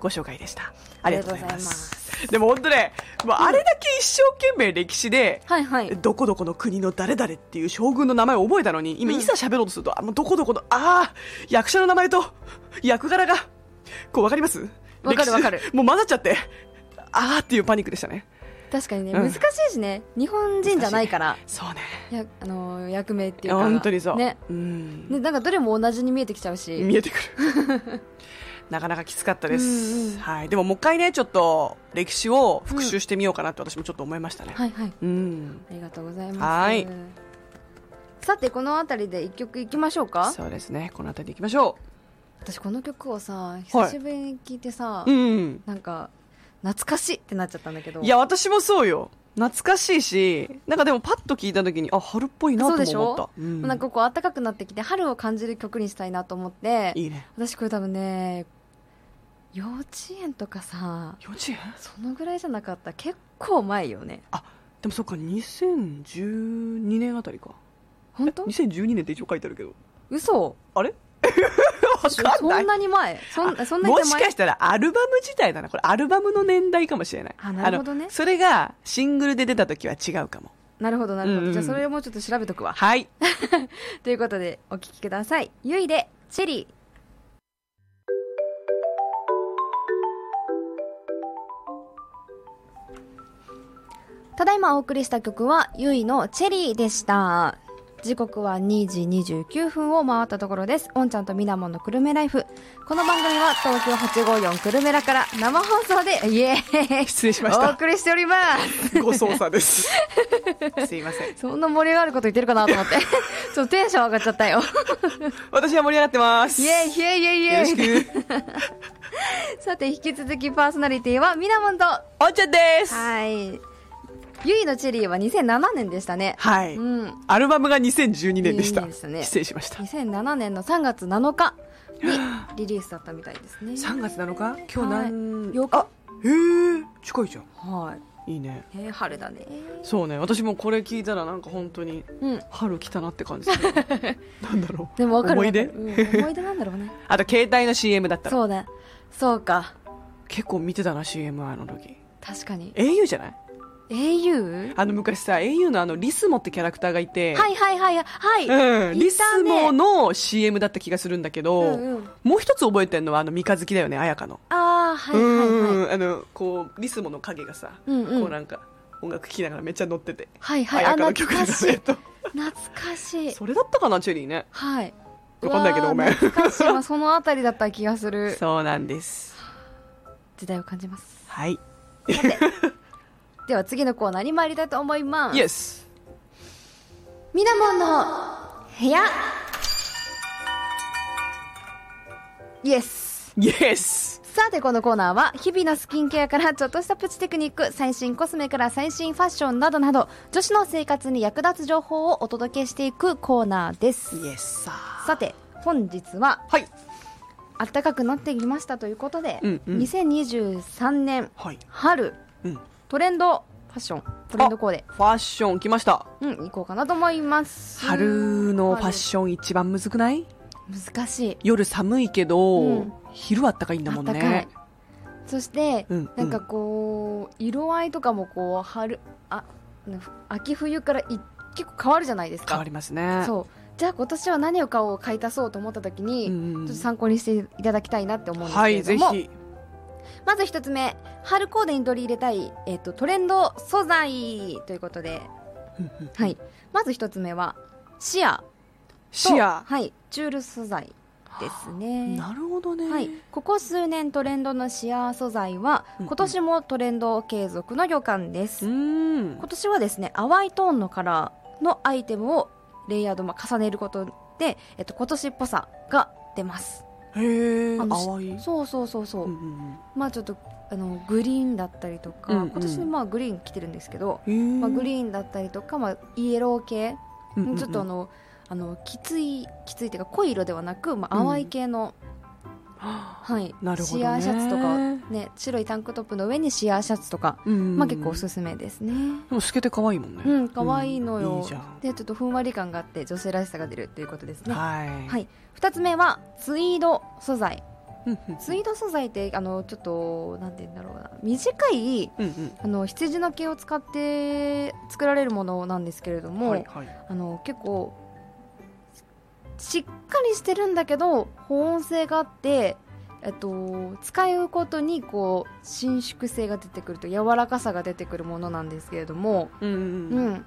Speaker 1: ご紹介でした。ありがとうございます。でも本当ね、もうあれだけ一生懸命歴史で、
Speaker 2: はいはい
Speaker 1: どこどこの国の誰々っていう将軍の名前を覚えたのに、今
Speaker 2: うん
Speaker 1: いざ喋ろうとすると、あ、もうどこどこの、ああ、役者の名前と役柄が、こうわかります
Speaker 2: わかるわかる
Speaker 1: 歴史もう混ざっちゃって、ああっていうパニックでしたね。
Speaker 2: 確かにね、
Speaker 1: うん
Speaker 2: 難しいしね日本人じゃないから
Speaker 1: そうね。
Speaker 2: や、あのー役名っていうか
Speaker 1: 本当にそう。
Speaker 2: ね
Speaker 1: うん。
Speaker 2: ねなんかどれも同じに見えてきちゃうし、
Speaker 1: 見えてくる [laughs] なかなかきつかったです、
Speaker 2: うんうん
Speaker 1: はい、でももう一回ねちょっと歴史を復習してみようかなって私もちょっと思いましたね、
Speaker 2: はいはい
Speaker 1: うん
Speaker 2: ありがとうございます
Speaker 1: はい
Speaker 2: さてこの辺りで一曲いきましょうか
Speaker 1: そうですねこの辺りでいきましょ
Speaker 2: 私この曲をさ久しぶりに聞いてさ、
Speaker 1: ううん
Speaker 2: なんか懐かしいってなっちゃったんだけど
Speaker 1: いや私もそうよ懐かしいしなんかでもパッと聞いた時にあ春っぽいなと
Speaker 2: そ
Speaker 1: も
Speaker 2: う
Speaker 1: 思
Speaker 2: で
Speaker 1: っ
Speaker 2: したょ、
Speaker 1: うん
Speaker 2: なんかこう暖かくなってきて春を感じる曲にしたいなと思って
Speaker 1: いいね
Speaker 2: 私これ多分ね幼稚園とかさ
Speaker 1: 幼稚園
Speaker 2: そのぐらいじゃなかった結構前よね
Speaker 1: あでもそっか2012年あたりか
Speaker 2: 本当
Speaker 1: 2012年って一応書いてあるけど
Speaker 2: 嘘
Speaker 1: あれ [laughs] わ
Speaker 2: そ
Speaker 1: かんない
Speaker 2: んなに前そんそんなに
Speaker 1: も
Speaker 2: 前
Speaker 1: しかしたらアルバム自体だな。これアルバムの年代かもしれない。
Speaker 2: あなるほどね
Speaker 1: あのそれがシングルで出た時は違うかも。
Speaker 2: なるほどなるほど、
Speaker 1: うんうん
Speaker 2: じゃあそれもちょっと調べとくわ
Speaker 1: はい。
Speaker 2: ということでお聞きくださいゆいでチェリーただいまお送りした曲は、ゆいのチェリーでした。時刻は2時29分を回ったところです。おんちゃんとみなもんのくるめライフ。この番組は東京854くるめらから生放送で、イエーイ
Speaker 1: 失礼しまし
Speaker 2: お
Speaker 1: た
Speaker 2: 送りしております。
Speaker 1: ご操作です
Speaker 2: [laughs]
Speaker 1: すいません
Speaker 2: そんな盛り上がること言ってるかなと思って。 [laughs] ちょっとテンション上がっちゃったよ。
Speaker 1: 私は盛り上がってます
Speaker 2: イエイイエイイエイイ
Speaker 1: よろ
Speaker 2: エ
Speaker 1: し
Speaker 2: イ
Speaker 1: く
Speaker 2: さて、引き続きパーソナリティはみなもんと。は
Speaker 1: おんちゃんです
Speaker 2: い。ゆいのチェリーは2007年でしたね。
Speaker 1: はい、
Speaker 2: うん。
Speaker 1: アルバムが2012年でした
Speaker 2: 2012でしたね
Speaker 1: 失礼しました
Speaker 2: 2007年の3月7日
Speaker 1: [laughs]
Speaker 2: にリリースだったみたいですね。
Speaker 1: 3月7日今日何、
Speaker 2: 8日。
Speaker 1: へえ近いじゃ
Speaker 2: は
Speaker 1: んいいね
Speaker 2: い。えー、春だね。
Speaker 1: そうね私もこれ聞いたらなんか本当に
Speaker 2: うん。
Speaker 1: 春来たなって感じす
Speaker 2: [laughs]
Speaker 1: るなんだろう
Speaker 2: でもわかる
Speaker 1: 思
Speaker 2: わ
Speaker 1: い
Speaker 2: か
Speaker 1: 出、
Speaker 2: る。うん思い出なんだろう
Speaker 1: [laughs]
Speaker 2: ね。
Speaker 1: あと携帯の CM だったら
Speaker 2: そうだ。そうか。
Speaker 1: 結構見てたな CM あの時
Speaker 2: 確かに。
Speaker 1: au じゃない
Speaker 2: au?
Speaker 1: あの昔さ au のあのリスモってキャラクターがいて
Speaker 2: はいはいはいはい。
Speaker 1: うん、リ
Speaker 2: い
Speaker 1: ス
Speaker 2: たね
Speaker 1: モの CM だった気がするんだけど、
Speaker 2: うんうん
Speaker 1: もう一つ覚えてるのはあの三日月だよね綾香の、
Speaker 2: ああ、はいはいはい。
Speaker 1: うんあのこうリスモの影がさ、
Speaker 2: うんうん
Speaker 1: こうなんか音楽聴きながらめっちゃ乗ってて、
Speaker 2: はいはい。あ、
Speaker 1: 綾香の
Speaker 2: 懐
Speaker 1: 曲
Speaker 2: かし
Speaker 1: え
Speaker 2: い
Speaker 1: っ。と
Speaker 2: 懐かしい。
Speaker 1: それだったかなチェリーね
Speaker 2: はい。
Speaker 1: わかんないけど
Speaker 2: うわー
Speaker 1: ごめん
Speaker 2: 懐かしいわ。そのあたりだった気がする。
Speaker 1: そうなんです
Speaker 2: 時代を感じます。
Speaker 1: はい
Speaker 2: では次のコーナーに参りたいと思います。
Speaker 1: イエス
Speaker 2: みなもんの部屋イエス
Speaker 1: イエス
Speaker 2: さてこのコーナーは日々のスキンケアからちょっとしたプチテクニック最新コスメから最新ファッションなどなど女子の生活に役立つ情報をお届けしていくコーナーです
Speaker 1: イエスさ
Speaker 2: さて本日は
Speaker 1: はい
Speaker 2: 暖かくなってきましたということで、
Speaker 1: うんうん
Speaker 2: 2023年
Speaker 1: はい、
Speaker 2: 春
Speaker 1: うん、フ
Speaker 2: トレンドファッショントレンドコーデ
Speaker 1: ァッション来ました
Speaker 2: うん行こうかなと思います
Speaker 1: 春のファッション一番むずくない
Speaker 2: ョン難しい
Speaker 1: 夜寒いけど、
Speaker 2: うん
Speaker 1: 昼はあったかいんだもん
Speaker 2: あったかい
Speaker 1: ね
Speaker 2: そして、
Speaker 1: うんうん
Speaker 2: なんかこう色合いとかもこう春あな秋冬からい結構変わるじゃないですか
Speaker 1: 変わりますね
Speaker 2: そうじゃあ今年は何を買おう買い足そうと思った時に、
Speaker 1: うんうん
Speaker 2: ちょっと参考にしていただきたいなって思うんです
Speaker 1: は
Speaker 2: けれ
Speaker 1: いぜ
Speaker 2: ども、
Speaker 1: ひ
Speaker 2: まず一つ目春コーデに取り入れたい、えっとトレンド素材ということで、はい、まず一つ目はシアと
Speaker 1: 視野
Speaker 2: はい、チュール素材ですね
Speaker 1: なるほどね、
Speaker 2: はい、ここ数年トレンドのシアー素材は
Speaker 1: うんうん
Speaker 2: 今年もトレンド継続の予感で
Speaker 1: う
Speaker 2: す、
Speaker 1: ーん
Speaker 2: 今年はですね淡いトーンのカラーのアイテムをレイヤードまあ重ねることで、えっと、今年っぽさが出ます
Speaker 1: へえ
Speaker 2: あの
Speaker 1: 淡い
Speaker 2: そうそうそうそう、
Speaker 1: うんうん
Speaker 2: まあちょっとあのグリーンだったりとか、
Speaker 1: うんうん
Speaker 2: 今年まあグリーン着てるんですけど、
Speaker 1: うんへえ
Speaker 2: まあ、グリーンだったりとか、まあ、イエロー系、
Speaker 1: うんうんうん
Speaker 2: ちょっとあのあのきついきついというか濃い色ではなく、まあ、淡い系の、
Speaker 1: はあ
Speaker 2: はい、
Speaker 1: [gasps] なるほどね
Speaker 2: シアーシャツとかを、ね、白いタンクトップの上にシアーシャツとか、
Speaker 1: うんうんうん
Speaker 2: まあ、結構おすすめですね。
Speaker 1: でも透けて可愛いもんね
Speaker 2: うん、可愛いのよ、
Speaker 1: うんいいじゃん
Speaker 2: でちょっとふんわり感があって女性らしさが出るということですね、
Speaker 1: はい、
Speaker 2: はい、2つ目はツイード素材
Speaker 1: うんうん
Speaker 2: ツイード素材ってあのちょっとなんて言うんだろうな短い
Speaker 1: うんうん
Speaker 2: あの羊の毛を使って作られるものなんですけれども、
Speaker 1: はいはい
Speaker 2: あの結構しっかりしてるんだけど保温性があって、えっと、使うことにこう伸縮性が出てくると柔らかさが出てくるものなんですけれども、
Speaker 1: うん
Speaker 2: う
Speaker 1: うんん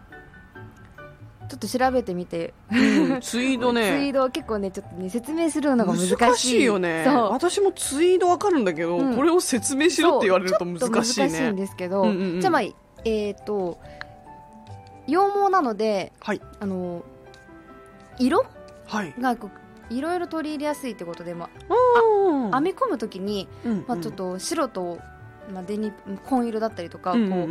Speaker 2: ちょっと調べてみて、
Speaker 1: うんうんツイード
Speaker 2: ツ
Speaker 1: ね
Speaker 2: イードは結構ねちょっとね説明するのが難しい
Speaker 1: よね
Speaker 2: そう
Speaker 1: 私もツイードわかるんだけど、
Speaker 2: うん
Speaker 1: これを説明しろって言われると
Speaker 2: そう
Speaker 1: 難しい
Speaker 2: ちょっと難しいん
Speaker 1: ね
Speaker 2: ですけど、
Speaker 1: うんうんうん
Speaker 2: じゃあまあえっ、と羊毛なので
Speaker 1: はい
Speaker 2: あの色
Speaker 1: はい
Speaker 2: がこういろいろ取り入れやすいってことで、まあ、
Speaker 1: あ
Speaker 2: 編み込むときに、まあ、ちょっと白と、まあ、デニ紺色だったりとか、こう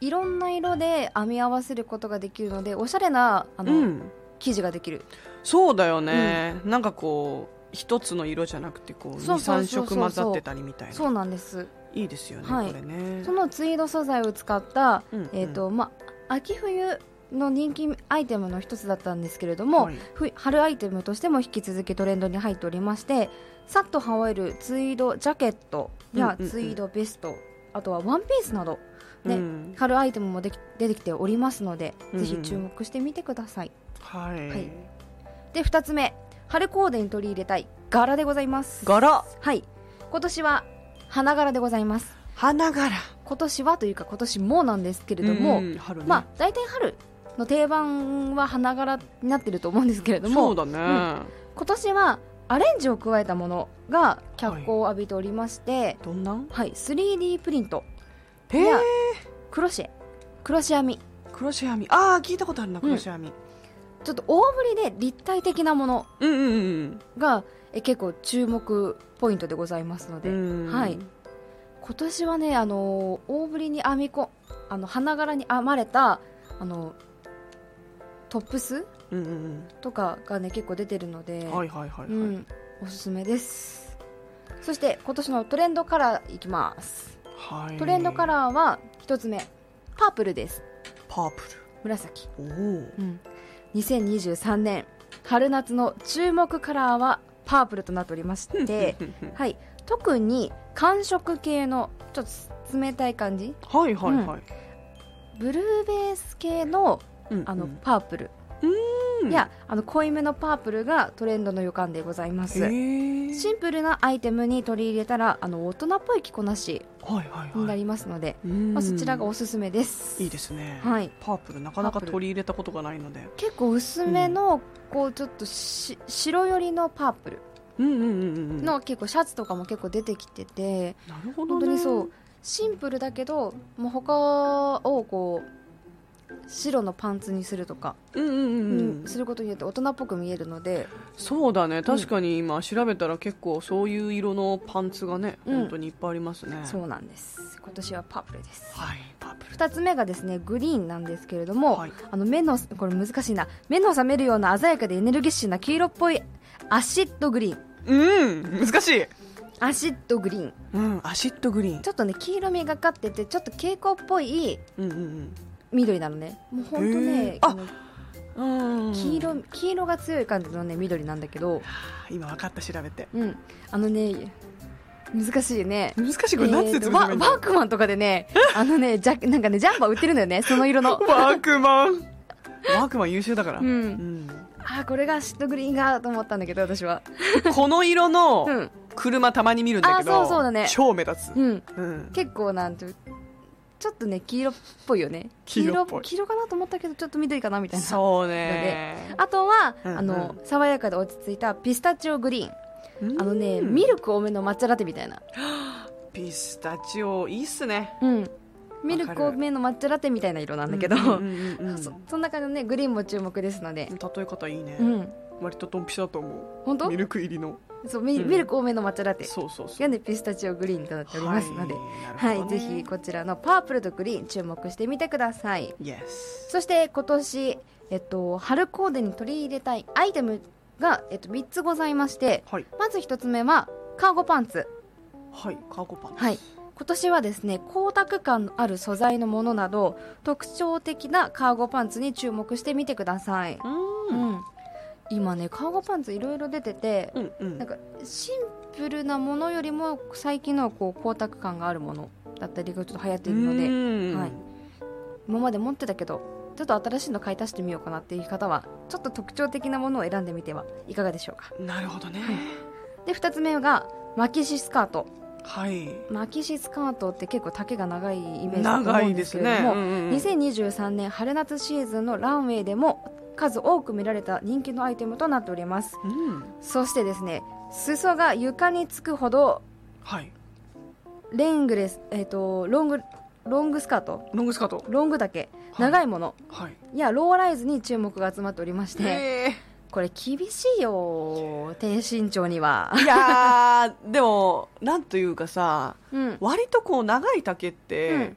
Speaker 2: いろんな色で編み合わせることができるのでおしゃれなあの、
Speaker 1: うん
Speaker 2: 生地ができる
Speaker 1: そうだよね、なんかこう一つの色じゃなくてこう
Speaker 2: そうそ
Speaker 1: 23
Speaker 2: うそうそう
Speaker 1: 色混ざってたりみたいな
Speaker 2: そうなんです
Speaker 1: いいですよね、
Speaker 2: はい
Speaker 1: これね
Speaker 2: そのツイード素材を使った、
Speaker 1: うんうん
Speaker 2: えーとまあ、秋冬の人気アイテムの一つだったんですけれども、
Speaker 1: はい
Speaker 2: ふ春アイテムとしても引き続きトレンドに入っておりましてさっと羽織えるツイードジャケット
Speaker 1: う
Speaker 2: や
Speaker 1: んうんうん
Speaker 2: ツイードベスト、あとはワンピースなど、ね
Speaker 1: うん
Speaker 2: 春アイテムもでき出てきておりますので、
Speaker 1: うんうん
Speaker 2: ぜひ注目してみてください
Speaker 1: はい、
Speaker 2: はいで2つ目春コーデに取り入れたい柄でございます
Speaker 1: 柄
Speaker 2: はい今年は花柄でございます
Speaker 1: 花柄
Speaker 2: 今年はというか今年もなんですけれど
Speaker 1: う
Speaker 2: も、
Speaker 1: ん春ね
Speaker 2: まあ大体春の定番は花柄になってると思うんですけれど
Speaker 1: そ
Speaker 2: も
Speaker 1: うだね、
Speaker 2: 今年はアレンジを加えたものが脚光を浴びておりまして、
Speaker 1: どんなん
Speaker 2: はい 3D プリント
Speaker 1: へえ
Speaker 2: いやクロシェクロシェ編み
Speaker 1: 黒シェ編みああ聞いたことあるな
Speaker 2: うん
Speaker 1: 黒シェ編み、
Speaker 2: ちょっと大ぶりで立体的なもの
Speaker 1: うん、うんうん
Speaker 2: がえ結構注目ポイントでございますので、
Speaker 1: うん
Speaker 2: はい今年はね、あのー大ぶりに編みこあの花柄に編まれた、あのートップス
Speaker 1: うんうん
Speaker 2: とかがね結構出てるので、
Speaker 1: うんはいはいはいはい、
Speaker 2: うん、おすすめですそして今年のトレンドカラーいきます
Speaker 1: はい
Speaker 2: トレンドカラーは一つ目パープルです
Speaker 1: パープ
Speaker 2: 紫、
Speaker 1: ルおお
Speaker 2: うん、2023年春夏の注目カラーはパープルとなっておりま
Speaker 1: [laughs]
Speaker 2: してはい、特に寒色系のちょっと冷たい感じ
Speaker 1: はいはいはい、
Speaker 2: ブルーベース系の
Speaker 1: うん
Speaker 2: あの
Speaker 1: うん
Speaker 2: パープル、
Speaker 1: うん
Speaker 2: いやあの濃いめのパープルがトレンドの予感でございま
Speaker 1: へ
Speaker 2: す、
Speaker 1: え
Speaker 2: シンプルなアイテムに取り入れたらあの大人っぽい着こなし
Speaker 1: はいはい
Speaker 2: に
Speaker 1: は
Speaker 2: ないりますので、
Speaker 1: うん
Speaker 2: まあ、そちらがおすすめです
Speaker 1: いいですね、
Speaker 2: はい、
Speaker 1: パープルなかなか
Speaker 2: パープル
Speaker 1: 取り入れたことがないので
Speaker 2: 結構薄めの、こうちょっとし白寄りのパープル
Speaker 1: うんうんうんうんうん
Speaker 2: の結構シャツとかも結構出てきてて、
Speaker 1: なるほど、ね、
Speaker 2: 本当にそうシンプルだけどもう他をこう白のパンツにするとか、
Speaker 1: うんうんうんうん、
Speaker 2: うんすることによって大人っぽく見えるので
Speaker 1: そうだね確かに今調べたら結構そういう色のパンツがね、
Speaker 2: うん
Speaker 1: 本当にいっぱいありますね
Speaker 2: そうなんです今年はパープルです
Speaker 1: はいパープル
Speaker 2: 2つ目がですねグリーンなんですけれども、
Speaker 1: はい
Speaker 2: あの目のこれ難しいな目の覚めるような鮮やかでエネルギッシュな黄色っぽいアシッドグリーン
Speaker 1: うん難しい
Speaker 2: アシッドグリーン
Speaker 1: うんアシッドグリーン
Speaker 2: ちょっとね黄色みがかっててちょっと蛍光っぽい
Speaker 1: うんうん
Speaker 2: 緑なのねもうほんと
Speaker 1: へー
Speaker 2: ね
Speaker 1: あ
Speaker 2: あの
Speaker 1: うんうん
Speaker 2: 黄色黄色が強い感じのね緑なんだけど
Speaker 1: 今分かった調べて
Speaker 2: うんあのね難しいよね
Speaker 1: 難しいこれ何
Speaker 2: えー
Speaker 1: 説
Speaker 2: と
Speaker 1: 明
Speaker 2: ワ
Speaker 1: すればいいん
Speaker 2: ワ
Speaker 1: だろ
Speaker 2: ークマンとか
Speaker 1: [laughs]
Speaker 2: でね、あのね、ジャなんかね、ジャンパー売ってるのよね、その色の
Speaker 1: う。ワークマンワークマン優秀だから、
Speaker 2: うん
Speaker 1: ん
Speaker 2: あーこれがアシッドグリーンがと思ったんだけど私は
Speaker 1: この色の
Speaker 2: うん、
Speaker 1: 車たまに見るんだけど、
Speaker 2: あそうそうだね
Speaker 1: 超目立つ、
Speaker 2: うん、
Speaker 1: うん、
Speaker 2: 結構なんていうちょっとね黄色っぽいよね
Speaker 1: 黄色っぽい
Speaker 2: 黄色かなと思ったけどちょっと緑かなみたいな
Speaker 1: そうね
Speaker 2: あとは、
Speaker 1: うんうん
Speaker 2: あの爽やかで落ち着いたピスタチオグリーン
Speaker 1: うん
Speaker 2: あのねミルク多めの抹茶ラテみたいな
Speaker 1: ピスタチオいいっすね
Speaker 2: うんミルク多めの抹茶ラテみたいな色なんだけど、
Speaker 1: うんうんうんうん
Speaker 2: [laughs] そそんな感じのねグリーンも注目ですので
Speaker 1: 例え方いいね、
Speaker 2: うん
Speaker 1: 割とドンピシャだと思
Speaker 2: 本
Speaker 1: う
Speaker 2: 当
Speaker 1: ミルク入りの
Speaker 2: そうミ
Speaker 1: うん
Speaker 2: ミルク多めの抹茶ラテ
Speaker 1: そうそうそう
Speaker 2: がねピスタチオグリーンとなっておりますので、
Speaker 1: は
Speaker 2: はいい、
Speaker 1: なるほどね
Speaker 2: ぜひこちらのパープルとグリーン注目してみてください
Speaker 1: Yes
Speaker 2: そして今年、えっと、春コーデに取り入れたいアイテムが、えっと、3つございまして
Speaker 1: はい
Speaker 2: まず1つ目はカーゴパンツ
Speaker 1: はいカーゴパンツ
Speaker 2: はい今年はですね光沢感のある素材のものなど特徴的なカーゴパンツに注目してみてください、
Speaker 1: う
Speaker 2: うんん今ねカーゴパンツいろいろ出てて
Speaker 1: うんうん
Speaker 2: なんかシンプルなものよりも最近のはこう光沢感があるものだったりがちょっと流行っているので
Speaker 1: うん
Speaker 2: はい今まで持ってたけどちょっと新しいの買い足してみようかなっていう方はちょっと特徴的なものを選んでみてはいかがでしょうか
Speaker 1: なるほどね
Speaker 2: で2つ目が巻きシスカート
Speaker 1: はい
Speaker 2: 巻きシスカートって結構丈が長いイメージだと
Speaker 1: 長
Speaker 2: 思うん
Speaker 1: いで
Speaker 2: です
Speaker 1: す
Speaker 2: けれ
Speaker 1: ね
Speaker 2: ども、
Speaker 1: うんうん
Speaker 2: 2023年春夏シーズンのランウェイでも数多く見られた人気のアイテムとなっております
Speaker 1: うん
Speaker 2: そしてですね裾が床につくほど
Speaker 1: はい
Speaker 2: レングレス、えー、とロングロングスカート
Speaker 1: ロングスカート
Speaker 2: ロング丈
Speaker 1: はい
Speaker 2: 長いもの、
Speaker 1: はい
Speaker 2: いやローライズに注目が集まっておりまして、
Speaker 1: え
Speaker 2: これ厳しいよ低身長には
Speaker 1: ーいやーで [laughs] もなんと [laughs] いうかさ
Speaker 2: うん
Speaker 1: 割とこう長い丈って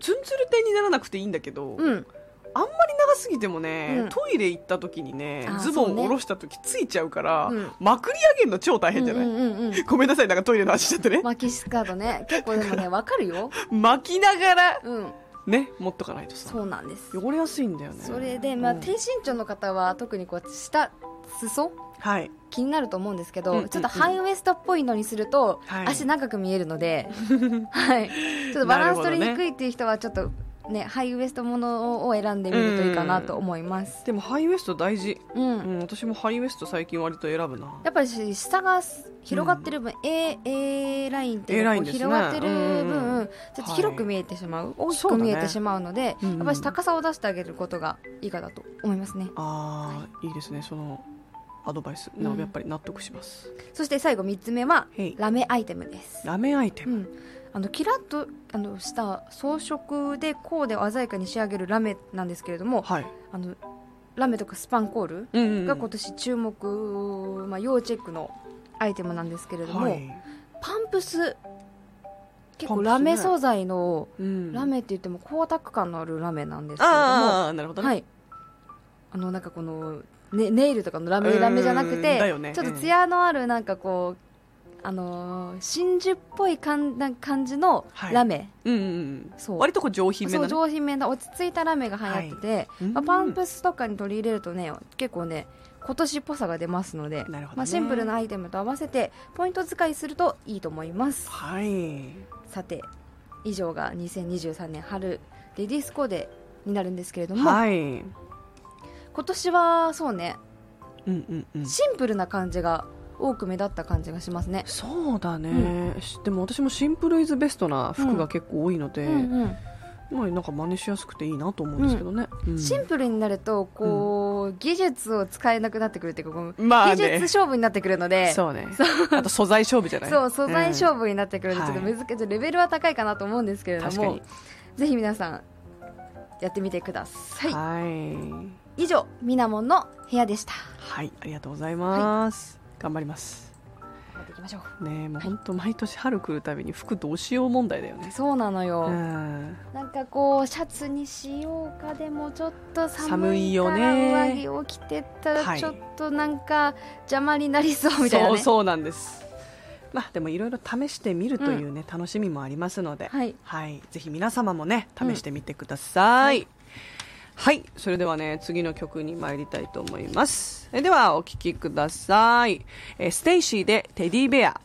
Speaker 1: ツンツルテンにならなくていいんだけど
Speaker 2: うん
Speaker 1: あんまり長すぎてもね、
Speaker 2: うん
Speaker 1: トイレ行った時にね
Speaker 2: あー
Speaker 1: ズボ
Speaker 2: そう
Speaker 1: ン
Speaker 2: ね
Speaker 1: 下ろした時ついちゃうから、
Speaker 2: うん
Speaker 1: まくり上げるの超大変じゃない、
Speaker 2: うんうんうんうん
Speaker 1: ごめんなさいなんかトイレの話しちゃってね、
Speaker 2: 巻きスカート
Speaker 1: [laughs]
Speaker 2: ね結構でもねわかるよ
Speaker 1: 巻きながら
Speaker 2: うん
Speaker 1: ね持っとかないとさ
Speaker 2: そうなんです
Speaker 1: 汚れやすいんだよね
Speaker 2: それで、まあ、
Speaker 1: うん
Speaker 2: 低身長の方は特にこう下裾
Speaker 1: はい
Speaker 2: 気になると思うんですけど、
Speaker 1: うんうんうん
Speaker 2: ちょっとハイウエストっぽいのにすると、
Speaker 1: はい [laughs]
Speaker 2: 足長く見えるので、はい、ちょっとバランス取りにくいっていう人はちょっとね、ハイウエストものを選んでみるといいかなと思います。
Speaker 1: でもハイウエスト大事、
Speaker 2: うん。
Speaker 1: うん、私もハイウエスト最近割と選ぶな
Speaker 2: やっぱりし下が広がってる分、A, A ラインっていう
Speaker 1: A ライン
Speaker 2: こう
Speaker 1: ですね
Speaker 2: 広がってる分、
Speaker 1: うんうん
Speaker 2: ちょっと広く見えてしまう、大き
Speaker 1: そうだ
Speaker 2: く
Speaker 1: ね
Speaker 2: 見えてしまうので
Speaker 1: うんうん
Speaker 2: やっぱり高さを出してあげることがいいかなと思いますね、
Speaker 1: あーいいですねそのアドバイス、な
Speaker 2: うん
Speaker 1: やっぱり納得します
Speaker 2: そして最後3つ目は
Speaker 1: はい
Speaker 2: ラメアイテムです、
Speaker 1: ラメアイテ
Speaker 2: う
Speaker 1: ム、
Speaker 2: ん、あのキラッとあのした装飾でコーデを鮮やかに仕上げるラメなんですけれども
Speaker 1: はい、
Speaker 2: あのラメとかスパンコール
Speaker 1: うんうんうん
Speaker 2: が今年注目、まあ、要チェックのアイテムなんですけれども、
Speaker 1: はい
Speaker 2: パンプス
Speaker 1: パンプ
Speaker 2: 結
Speaker 1: ス
Speaker 2: 構
Speaker 1: ね
Speaker 2: ラメ素材の、
Speaker 1: うん
Speaker 2: ラメって言っても光沢感のあるラメなんですけれども
Speaker 1: あーあーなるほどね、
Speaker 2: はいあのなんかこの、ね、ネイルとかのラメラメじゃなく
Speaker 1: うんだ
Speaker 2: て、
Speaker 1: よね
Speaker 2: ちょっとツヤのあるなんかこう、あのー真珠っぽいかんなんか感じの
Speaker 1: はい
Speaker 2: ラメ、
Speaker 1: うんうんうん
Speaker 2: そう
Speaker 1: 割とこう上品め
Speaker 2: そう
Speaker 1: なね
Speaker 2: 上品めな落ち着いたラメが流行ってて、
Speaker 1: いうん
Speaker 2: まあ、パンプスとかに取り入れるとね結構ね今年っぽさが出ますの
Speaker 1: な
Speaker 2: で、
Speaker 1: るほどね
Speaker 2: まあ、シンプルなアイテムと合わせてポイント使いするといいと思います
Speaker 1: はい
Speaker 2: さて以上が2023年春レディースコーデになるんですけれども、
Speaker 1: はいうん
Speaker 2: 今年はそうね
Speaker 1: うんうん
Speaker 2: シンプルな感じが多く目立った感じがしますね、
Speaker 1: そうだね、しでも私もシンプルイズベストな服が結構多いので、
Speaker 2: うんうん
Speaker 1: まあ、なんか真似しやすくていいなと思うんですけどね、うん
Speaker 2: シンプルになるとこう、技術を使えなくなってくるっていうかこう
Speaker 1: まあ
Speaker 2: 技
Speaker 1: ね
Speaker 2: 術勝負になってくるので、
Speaker 1: そうねあと素材勝負じゃない
Speaker 2: そう素材勝
Speaker 1: 負、
Speaker 2: 負になってくるので、
Speaker 1: うん
Speaker 2: ちょっと難しいレベルは高いかなと思うんですけれど
Speaker 1: 確か
Speaker 2: も
Speaker 1: に
Speaker 2: ぜひ皆さんやってみてください、
Speaker 1: はい
Speaker 2: 以上みなもんの部屋でした
Speaker 1: はいありがとうございます、頑張ります
Speaker 2: やっていきましょ
Speaker 1: ねえもう本当毎年春来るたびに服どうしよう問題だよ
Speaker 2: う
Speaker 1: ね
Speaker 2: そうなのよ、
Speaker 1: うん
Speaker 2: なんかこうシャツにしようかでもちょっと寒
Speaker 1: 寒い
Speaker 2: いか
Speaker 1: よ
Speaker 2: ら
Speaker 1: ね
Speaker 2: 上着を着てった
Speaker 1: は
Speaker 2: ら
Speaker 1: い
Speaker 2: ちょっとなんか邪魔になりそうみたいなね、
Speaker 1: そうそうなんですまあでもいろいろ試してみるというね、楽しみもありますので
Speaker 2: はい
Speaker 1: はい、ぜひ皆様もね試してみてください、
Speaker 2: う
Speaker 1: はい、それではね次の曲に参りたいと思いますえではお聴きくださいえーステイシーでテディベア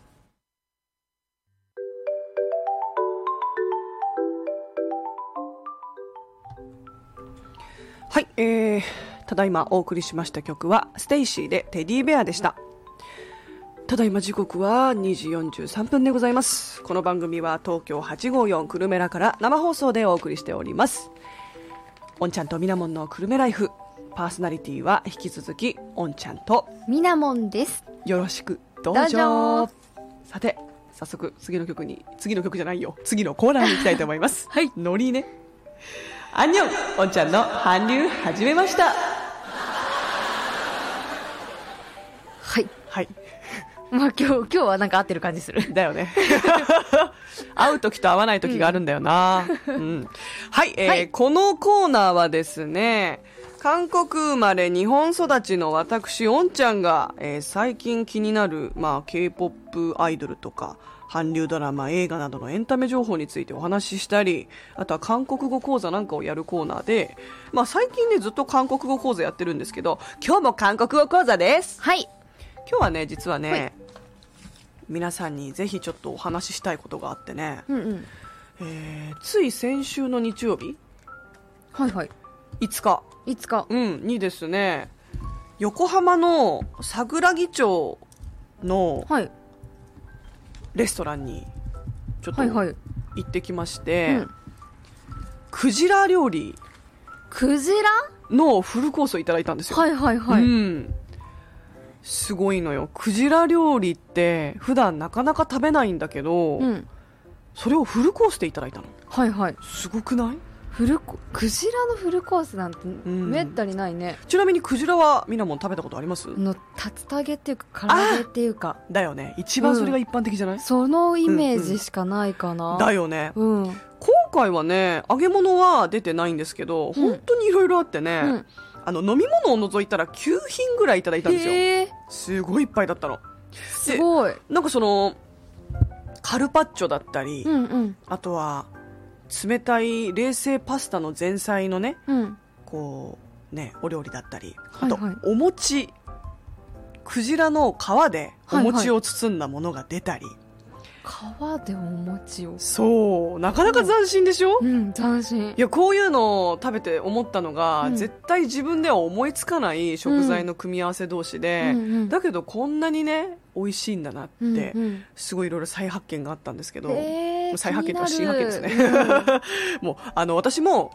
Speaker 1: はい、えー、ただいまお送りしました曲はステイシーでテディベアでした、ただいま時刻は2時43分でございますこの番組は東京854久留米らから生放送でお送りしておりますおんちゃんとみなもんの久留米ライフパーソナリティは引き続きおんちゃんと
Speaker 2: みなもんです
Speaker 1: よろしくどう
Speaker 2: どう
Speaker 1: ぞ
Speaker 2: ぞ
Speaker 1: さて早速次の曲に次の曲じゃないよ次のコーナーに行きたいと思います [laughs] はいノリねアンニョンおんちゃんの韓流始めました
Speaker 2: はい
Speaker 1: はい
Speaker 2: まあ今日今日はなんか合ってる感じする
Speaker 1: だよね。 [laughs] 会う時と会わない時があるんだよな。うんはい、えー
Speaker 2: はい
Speaker 1: このコーナーはですね、韓国生まれ日本育ちの私、おんちゃんが、えー最近気になる、まあ、K-POP アイドルとか、韓流ドラマ、映画などのエンタメ情報についてお話ししたり、あとは韓国語講座なんかをやるコーナーで、まあ最近ね、ずっと韓国語講座やってるんですけど、今日も韓国語講座です
Speaker 2: はい
Speaker 1: 今日はね実はね、
Speaker 2: はい
Speaker 1: 皆さんにぜひちょっとお話ししたいことがあってね、
Speaker 2: うんうん
Speaker 1: えーつい先週の日曜日
Speaker 2: はいはい
Speaker 1: 5日、
Speaker 2: いつか
Speaker 1: うん、にですね横浜の桜木町の
Speaker 2: はい
Speaker 1: レストランにちょっと
Speaker 2: はいは
Speaker 1: 行
Speaker 2: い、
Speaker 1: ってきまして、
Speaker 2: うん、
Speaker 1: クジラ料理
Speaker 2: クジラ
Speaker 1: のフルコースをいただいたんですよ、
Speaker 2: はいはいはい、
Speaker 1: うん、すごいのよクジラ料理って普段なかなか食べないんだけど、
Speaker 2: うん、
Speaker 1: それをフルコースでいただいたの
Speaker 2: はいはい
Speaker 1: すごくない
Speaker 2: フルコクジラのフルコースなんて
Speaker 1: ん
Speaker 2: めったにないね、
Speaker 1: ちなみにクジラはみなもん食べたことあります、
Speaker 2: の竜田揚げっていうか唐揚げっていうか
Speaker 1: だよね一番それが一般的じゃない、
Speaker 2: そのイメージしかないかな
Speaker 1: だよね
Speaker 2: うん、
Speaker 1: 今回はね揚げ物は出てないんですけど本当にいろいろあってね、
Speaker 2: うん
Speaker 1: あの飲み物を除いたら9品ぐらいいただいたんですよ、
Speaker 2: へえ
Speaker 1: すごいいっぱいだったの
Speaker 2: すごい
Speaker 1: なんかそのカルパッチョだったり、
Speaker 2: うんうん
Speaker 1: あとは冷たい冷製パスタの前菜のね
Speaker 2: うん
Speaker 1: こうねお料理だったりあ
Speaker 2: はい
Speaker 1: と、
Speaker 2: はい
Speaker 1: お餅クジラの皮でお
Speaker 2: はいはい
Speaker 1: 餅を包んだものが出たり、
Speaker 2: 皮皮でお餅を
Speaker 1: そうなかなか斬新でしょ、
Speaker 2: うん斬新
Speaker 1: いやこういうのを食べて思ったのが、
Speaker 2: うん
Speaker 1: 絶対自分では思いつかない食材の組み合わせ同士で、
Speaker 2: うんうん
Speaker 1: だけどこんなにね美味しいんだなって、
Speaker 2: うんうん
Speaker 1: すごいいろいろ再発見があったんですけど、
Speaker 2: えー
Speaker 1: 再発見とは
Speaker 2: 気
Speaker 1: 新
Speaker 2: にな
Speaker 1: 発
Speaker 2: る
Speaker 1: 見ですね、 [laughs] もうあの私も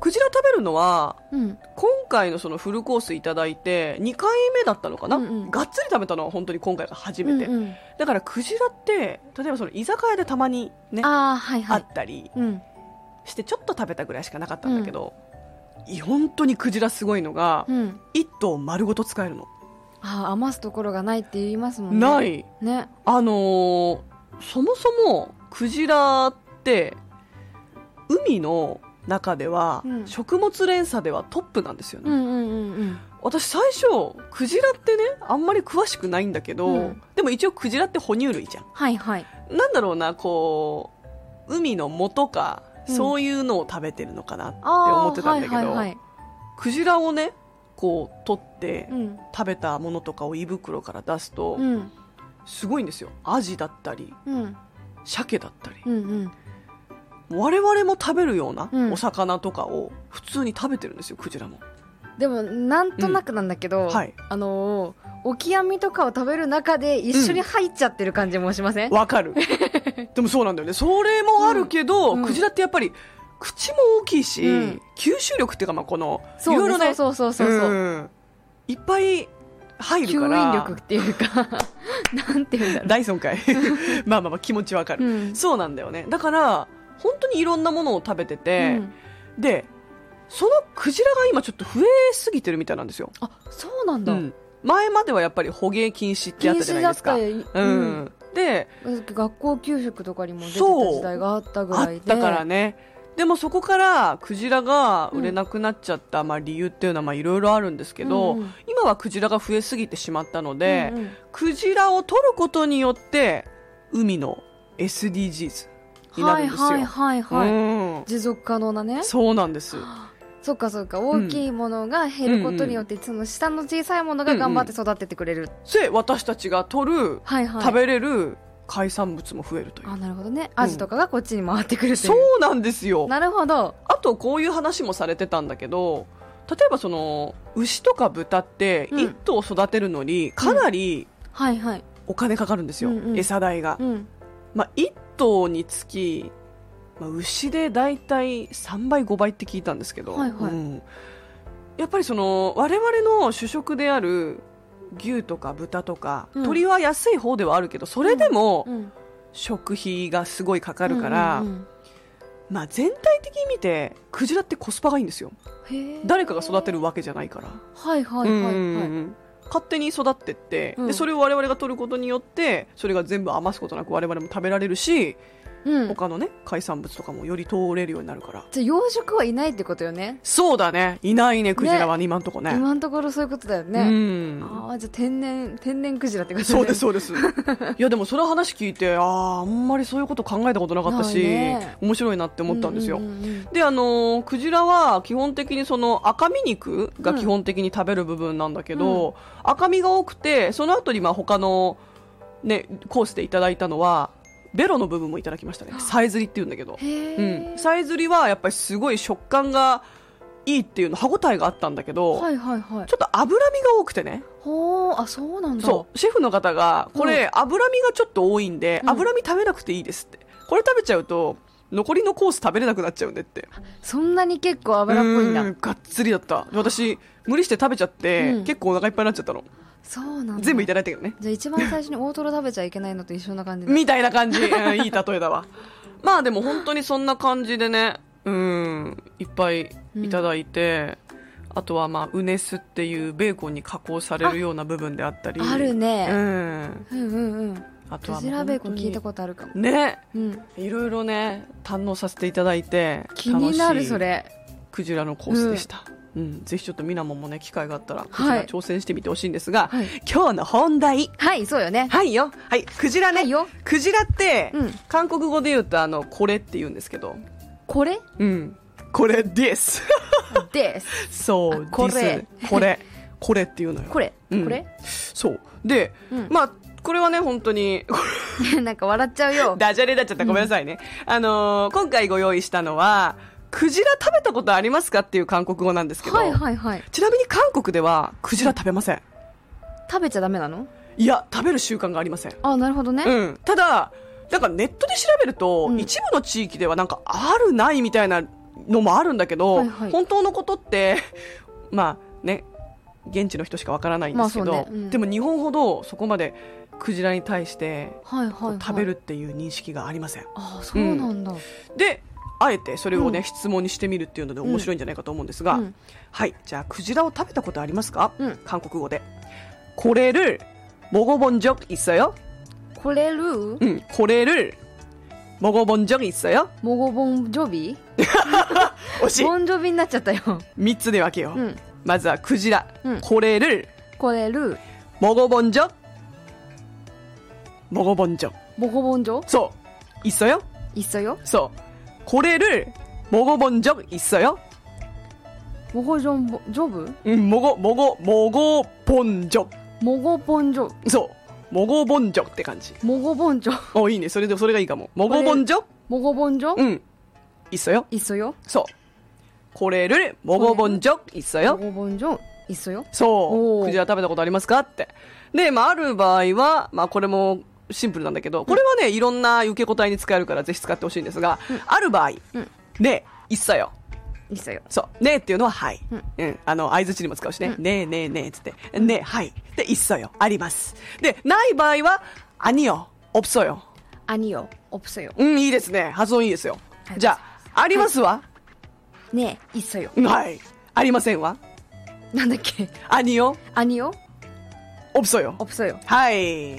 Speaker 1: クジラ食べるのは
Speaker 2: うん
Speaker 1: 今回のそのフルコースいただいて2回目だったのかな、
Speaker 2: うんうん
Speaker 1: がっつり食べたのは本当に今回が初
Speaker 2: う
Speaker 1: め
Speaker 2: ん
Speaker 1: て、
Speaker 2: うん
Speaker 1: だからクジラって例えばその居酒屋でたまにねあ
Speaker 2: ああはいはい
Speaker 1: ったり
Speaker 2: うん
Speaker 1: してちょっと食べたぐらいしかなかったんだけど、い本当にクジラすごいのが、
Speaker 2: うん
Speaker 1: 一頭丸ごと使えるの、
Speaker 2: あー余すところがないって言いますもんね
Speaker 1: ない
Speaker 2: ね
Speaker 1: あのーそもそもクジラって海の中では、
Speaker 2: うん
Speaker 1: 食物連鎖ではトップなんですよね、
Speaker 2: うんうんうんうん
Speaker 1: 私最初クジラってねあんまり詳しくないんだけど、
Speaker 2: うん
Speaker 1: でも一応クジラって哺乳類じゃ
Speaker 2: はいはい
Speaker 1: んなんだろうなこう海の元か、
Speaker 2: うん
Speaker 1: そういうのを食べてるのかなって
Speaker 2: あー
Speaker 1: 思ってたんだけど、
Speaker 2: はいはいはい
Speaker 1: クジラをねこう取って、
Speaker 2: うん
Speaker 1: 食べたものとかを胃袋から出すと、
Speaker 2: うん
Speaker 1: すごいんですよアジだったり
Speaker 2: うん
Speaker 1: 鮭だったり、
Speaker 2: うんうん
Speaker 1: 我々も食べるような
Speaker 2: うん
Speaker 1: お魚とかを普通に食べてるんですよクジラも
Speaker 2: でもなんとなくなんだけど、
Speaker 1: うんはい
Speaker 2: あのーオキアミとかを食べる中で一緒に入っちゃってる感じもしません、
Speaker 1: わかるでもそうなんだよねそれもあるけど、
Speaker 2: うんうん
Speaker 1: クジラってやっぱり口も大きいし、
Speaker 2: うん
Speaker 1: 吸収力っていうかまあこのい
Speaker 2: そう
Speaker 1: ろいろね
Speaker 2: そうそうそうそうそう、
Speaker 1: うんいっぱい入る
Speaker 2: 吸
Speaker 1: か
Speaker 2: 引
Speaker 1: ら
Speaker 2: 力っていうか [laughs] なんていうんだろう
Speaker 1: ダイソン
Speaker 2: [laughs]
Speaker 1: かいまあまあまあ気持ちわかる、
Speaker 2: うん
Speaker 1: そうなんだよねだから本当にいろんなものを食べてて、
Speaker 2: うん
Speaker 1: でそのクジラが今ちょっと増えすぎてるみたいなんですよ、
Speaker 2: あそうなん
Speaker 1: う
Speaker 2: だ、
Speaker 1: ん、前まではやっぱり捕鯨禁止って
Speaker 2: 禁
Speaker 1: あったじゃ
Speaker 2: 止
Speaker 1: ない
Speaker 2: だ
Speaker 1: で
Speaker 2: っ
Speaker 1: すか
Speaker 2: たり、
Speaker 1: う
Speaker 2: うん
Speaker 1: ん、で
Speaker 2: 学校給食とかにも出てた
Speaker 1: そう
Speaker 2: 時代があったぐ
Speaker 1: あ
Speaker 2: ら
Speaker 1: っ
Speaker 2: いで
Speaker 1: たからねでもそこからクジラが売れなくなっちゃった、まあ、理由っていうのはまあいろいろあるんですけど、
Speaker 2: うんうん
Speaker 1: 今はクジラが増えすぎてしまったので、
Speaker 2: うんうん
Speaker 1: クジラを取ることによって海の SDGs にな
Speaker 2: は
Speaker 1: るん
Speaker 2: い
Speaker 1: ですよ、
Speaker 2: はいはいはい、
Speaker 1: うん
Speaker 2: 持続可能なね
Speaker 1: そうなんです
Speaker 2: そっかそっか大きいものが減ることによって、その下の小さいものが頑張って育ててくれる、
Speaker 1: で私たちが取る
Speaker 2: はいはい
Speaker 1: 食べれる海産物も増えるという、
Speaker 2: あなるほどねアジとかがこっちに回ってくるという、
Speaker 1: そうなんですよ
Speaker 2: なるほど
Speaker 1: あとこういう話もされてたんだけど例えばその牛とか豚って
Speaker 2: うん
Speaker 1: 一頭育てるのにかなり
Speaker 2: はいはい
Speaker 1: お金かかるんですよ、
Speaker 2: うんうん
Speaker 1: 餌代が、
Speaker 2: うん
Speaker 1: まあ、1頭につき、まあ、牛で大体3倍5倍って聞いたんですけど、
Speaker 2: はいはい
Speaker 1: うんやっぱりその我々の主食である牛とか豚とか、
Speaker 2: うん
Speaker 1: 鳥は安い方ではあるけどそれでも
Speaker 2: うん
Speaker 1: 食費がすごいかか
Speaker 2: あ
Speaker 1: るから、
Speaker 2: うん
Speaker 1: まあ、全体的に見てクジラってコスパがいいんですよ
Speaker 2: うんへー
Speaker 1: 誰かが育てるわけじゃないから、
Speaker 2: はいはいはいは
Speaker 1: うんうん
Speaker 2: い、
Speaker 1: うん勝手に育ってって、
Speaker 2: うん
Speaker 1: でそれを我々が取ることによってそれが全部余すことなく我々も食べられるし、
Speaker 2: うん
Speaker 1: 他のね海産物とかもより通れるようになるから
Speaker 2: じゃあ養殖はいないってことよね
Speaker 1: そうだねいないねクジラは今んとこね
Speaker 2: 今のところそういうことだよ
Speaker 1: う
Speaker 2: ね、
Speaker 1: ん
Speaker 2: ああじゃあ天然天然クジラってことだ
Speaker 1: そ
Speaker 2: よ
Speaker 1: うですそうです
Speaker 2: [laughs]
Speaker 1: いやでもその話聞いてあああんまりそういうこと考えたことなかったし、
Speaker 2: ないね
Speaker 1: 面白いなって思ったんですよ、
Speaker 2: うううんうん
Speaker 1: であのークジラは基本的にその赤身肉が基本的に食べる部分なんだけど、赤身が多くてその後にまあ他の、ね、コースでいただいたのはベロの部分もいただきましたねさえずりっていうんだけど、
Speaker 2: へ
Speaker 1: う
Speaker 2: え、
Speaker 1: ん、さえずりはやっぱりすごい食感がいいっていうの歯応えがあったんだけど、
Speaker 2: はいはいはい
Speaker 1: ちょっと脂身が多くてね
Speaker 2: ほうあそうなんだ
Speaker 1: そうシェフの方がこれ、脂身がちょっと多いんで、
Speaker 2: うん
Speaker 1: 脂身食べなくていいですってこれ食べちゃうと残りのコース食べれなくなっちゃうんでって
Speaker 2: そんなに結構油っぽいんだ
Speaker 1: うーがっつりだった私無理して食べちゃって、
Speaker 2: うん
Speaker 1: 結構お腹いっぱいになっちゃったの
Speaker 2: そうなんだ
Speaker 1: 全部いただいたけどね
Speaker 2: じゃあ一番最初に大トロ食べちゃいけないのと一緒な感じ
Speaker 1: [laughs]
Speaker 2: だ
Speaker 1: みたいな感じ、うんいい例えだわまあでも本当にそんな感じでねうんいっぱいいただいて、あとはまあウネスっていうベーコンに加工されるような部分であったり
Speaker 2: ある
Speaker 1: う
Speaker 2: ね、
Speaker 1: ん
Speaker 2: うん、うんうん
Speaker 1: あと
Speaker 2: ク
Speaker 1: は
Speaker 2: ジラベーコン聞いた
Speaker 1: こ
Speaker 2: ことあるかも
Speaker 1: とね
Speaker 2: うん
Speaker 1: いろいろね堪能させていただいて
Speaker 2: 気にな
Speaker 1: 楽
Speaker 2: る
Speaker 1: しい
Speaker 2: それ
Speaker 1: クジラのコースでした、うんぜひちょっとみなもんもね機会があったらクジ
Speaker 2: は
Speaker 1: ラ
Speaker 2: い
Speaker 1: 挑戦してみてほしいんですが、
Speaker 2: はい
Speaker 1: 今日の本題
Speaker 2: はいそうよね
Speaker 1: はいよはいクジラね、
Speaker 2: はいよ
Speaker 1: クジラって、
Speaker 2: うん
Speaker 1: 韓国語で言うとあのこれって言うんですけど
Speaker 2: これ
Speaker 1: うんこれです
Speaker 2: [laughs] です
Speaker 1: そう
Speaker 2: [laughs] あこれ
Speaker 1: this これこれっていうのよ
Speaker 2: これ、
Speaker 1: うん
Speaker 2: これ
Speaker 1: そうで、
Speaker 2: うん
Speaker 1: まあこれはね、本当に、 [laughs] これ
Speaker 2: なん [laughs] か笑っちゃうよ。
Speaker 1: ダジャレだっちゃった。ごめんなさいね。あのー今回ご用意したのは、クジラ食べたことありますかっていう韓国語なんですけど、
Speaker 2: はいはいはい。
Speaker 1: ちなみに韓国では、クジラ食べません。
Speaker 2: 食べちゃダメなの
Speaker 1: いや、食べる習慣がありません。
Speaker 2: あ、なるほどね。
Speaker 1: うん。ただ、なんかネットで調べると、
Speaker 2: うん
Speaker 1: 一部の地域ではなんかあるないみたいなのもあるんだけど、
Speaker 2: はいはい
Speaker 1: 本当のことって、 [laughs] まあね、現地の人しかわからないんですけど、
Speaker 2: まあそうねうん
Speaker 1: でも日本ほどそこまでクジラに対して
Speaker 2: はいはい、
Speaker 1: こ
Speaker 2: は
Speaker 1: う
Speaker 2: い。
Speaker 1: 食べる。っていう認識がありません。
Speaker 2: あ、そうなんだ。
Speaker 1: で、あえてそれをね、
Speaker 2: うん
Speaker 1: 質問にしてみるっていうので面白いんじゃないかと思うんですが、
Speaker 2: うん
Speaker 1: はい、じゃあクジラを食べたことありますか、
Speaker 2: うん
Speaker 1: 韓国語で。これる、먹어본적있어요
Speaker 2: これる
Speaker 1: うんこれる、먹어본적있어요 뭐?
Speaker 2: モゴボンジョビ
Speaker 1: 惜しい
Speaker 2: ボンジョビになっちゃったよ。
Speaker 1: 3つで分けよう、
Speaker 2: うん。
Speaker 1: まずはクジラ、
Speaker 2: うん
Speaker 1: これる
Speaker 2: これる
Speaker 1: 먹어본적 먹어본적
Speaker 2: モゴボンジョ
Speaker 1: そう있어요
Speaker 2: いっそよ。
Speaker 1: そうこれる먹어본적있어요
Speaker 2: モゴジョンボジョブ
Speaker 1: うん먹어먹어먹어본적
Speaker 2: モゴボンジョ。
Speaker 1: そう먹어본적 어,って感じ
Speaker 2: モゴボンジョ。
Speaker 1: おいいねそれでそれがいいかも먹어본적
Speaker 2: モゴボンジョ
Speaker 1: うん있어요
Speaker 2: いっそよ。
Speaker 1: そうこれる먹어본적있어요
Speaker 2: モゴボンジョいっそよ。
Speaker 1: そ
Speaker 2: お
Speaker 1: う。
Speaker 2: ー
Speaker 1: クジラ食べたことありますかって。で、まあ、ある場合は、まあ、これもシンプルなんだけど、これはね、いろんな受け答えに使えるから、ぜひ使ってほしいんですが、ある場合、
Speaker 2: うん
Speaker 1: ねえ、いっさよ。
Speaker 2: いっそよ。
Speaker 1: そう。ねえっていうのは、はい。う
Speaker 2: うんん。
Speaker 1: あの、相づちにも使うしね。
Speaker 2: うん
Speaker 1: ねえねえねえっつって。ねえ、はい。で、いっそよ。あります。で、ない場合は、あによ。おっそよ。
Speaker 2: アニオ、オプソよ。
Speaker 1: うん、いいですね。発音いいですよ
Speaker 2: は。い
Speaker 1: じゃあ、ありますは
Speaker 2: ねえ、いっそよ。
Speaker 1: はい。ありませんは
Speaker 2: なんだっけ [laughs]
Speaker 1: あによ。
Speaker 2: アニオ、
Speaker 1: おっそよ。
Speaker 2: オプソ
Speaker 1: [laughs]
Speaker 2: よ。
Speaker 1: はい。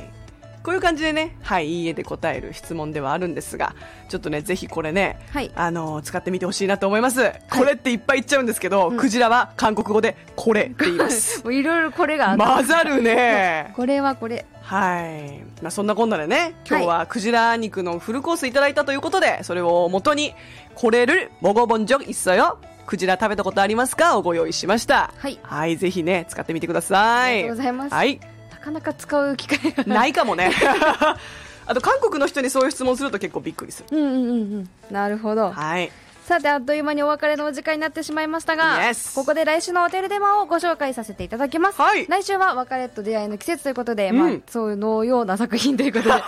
Speaker 1: こういう感じでね、はい、いいえで答える質問ではあるんですが、ちょっとね、ぜひこれね、
Speaker 2: はい
Speaker 1: あの、使ってみてほしいなと思います。これっていっぱい言っちゃうんですけど、クジラは韓国語でこれって言い
Speaker 2: [laughs]
Speaker 1: ます。
Speaker 2: もういろいろこれがあった
Speaker 1: 混ざるね。
Speaker 2: これはこれ。
Speaker 1: はい。まあ、そんなこんなでね、今日ははクジラ肉のフルコースいただいたということで、それを元に、これる、もごぼんじょいっそよ。クジラ食べたことありますかをご用意しました。
Speaker 2: はい
Speaker 1: はい、ぜひね、使ってみてください。
Speaker 2: ありがとうございます
Speaker 1: はい。
Speaker 2: なかなか使う機会が
Speaker 1: ないかもね。 [laughs] あと韓国の人にそういう質問すると結構びっくりする。
Speaker 2: [laughs] うんうんうんうん。なるほど。
Speaker 1: はい。 [laughs]
Speaker 2: さて、あっという間にお別れのお時間になってしまいましたが、
Speaker 1: Yes
Speaker 2: ここで来週のおテルデマをご紹介させていただきます。
Speaker 1: はい
Speaker 2: 来週は別れと出会いの季節ということで、
Speaker 1: ん
Speaker 2: まあ、そのような作品ということ
Speaker 1: [laughs]
Speaker 2: で、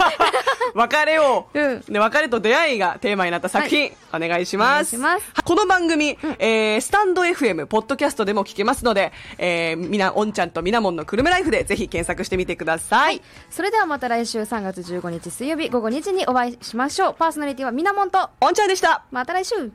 Speaker 1: 別れを、
Speaker 2: うん
Speaker 1: ね、別れと出会いがテーマになった作品、お願いします。
Speaker 2: お願いします
Speaker 1: はいこの番組、えースタンド FM、ポッドキャストでも聞けますので、えー、みな、おんちゃんとみなもんのくるめライフでぜひ検索してみてください。
Speaker 2: それではまた来週3月15日水曜日午後2時にお会いしましょう。パーソナリティはみなもんと、
Speaker 1: おんちゃんでした。
Speaker 2: また来週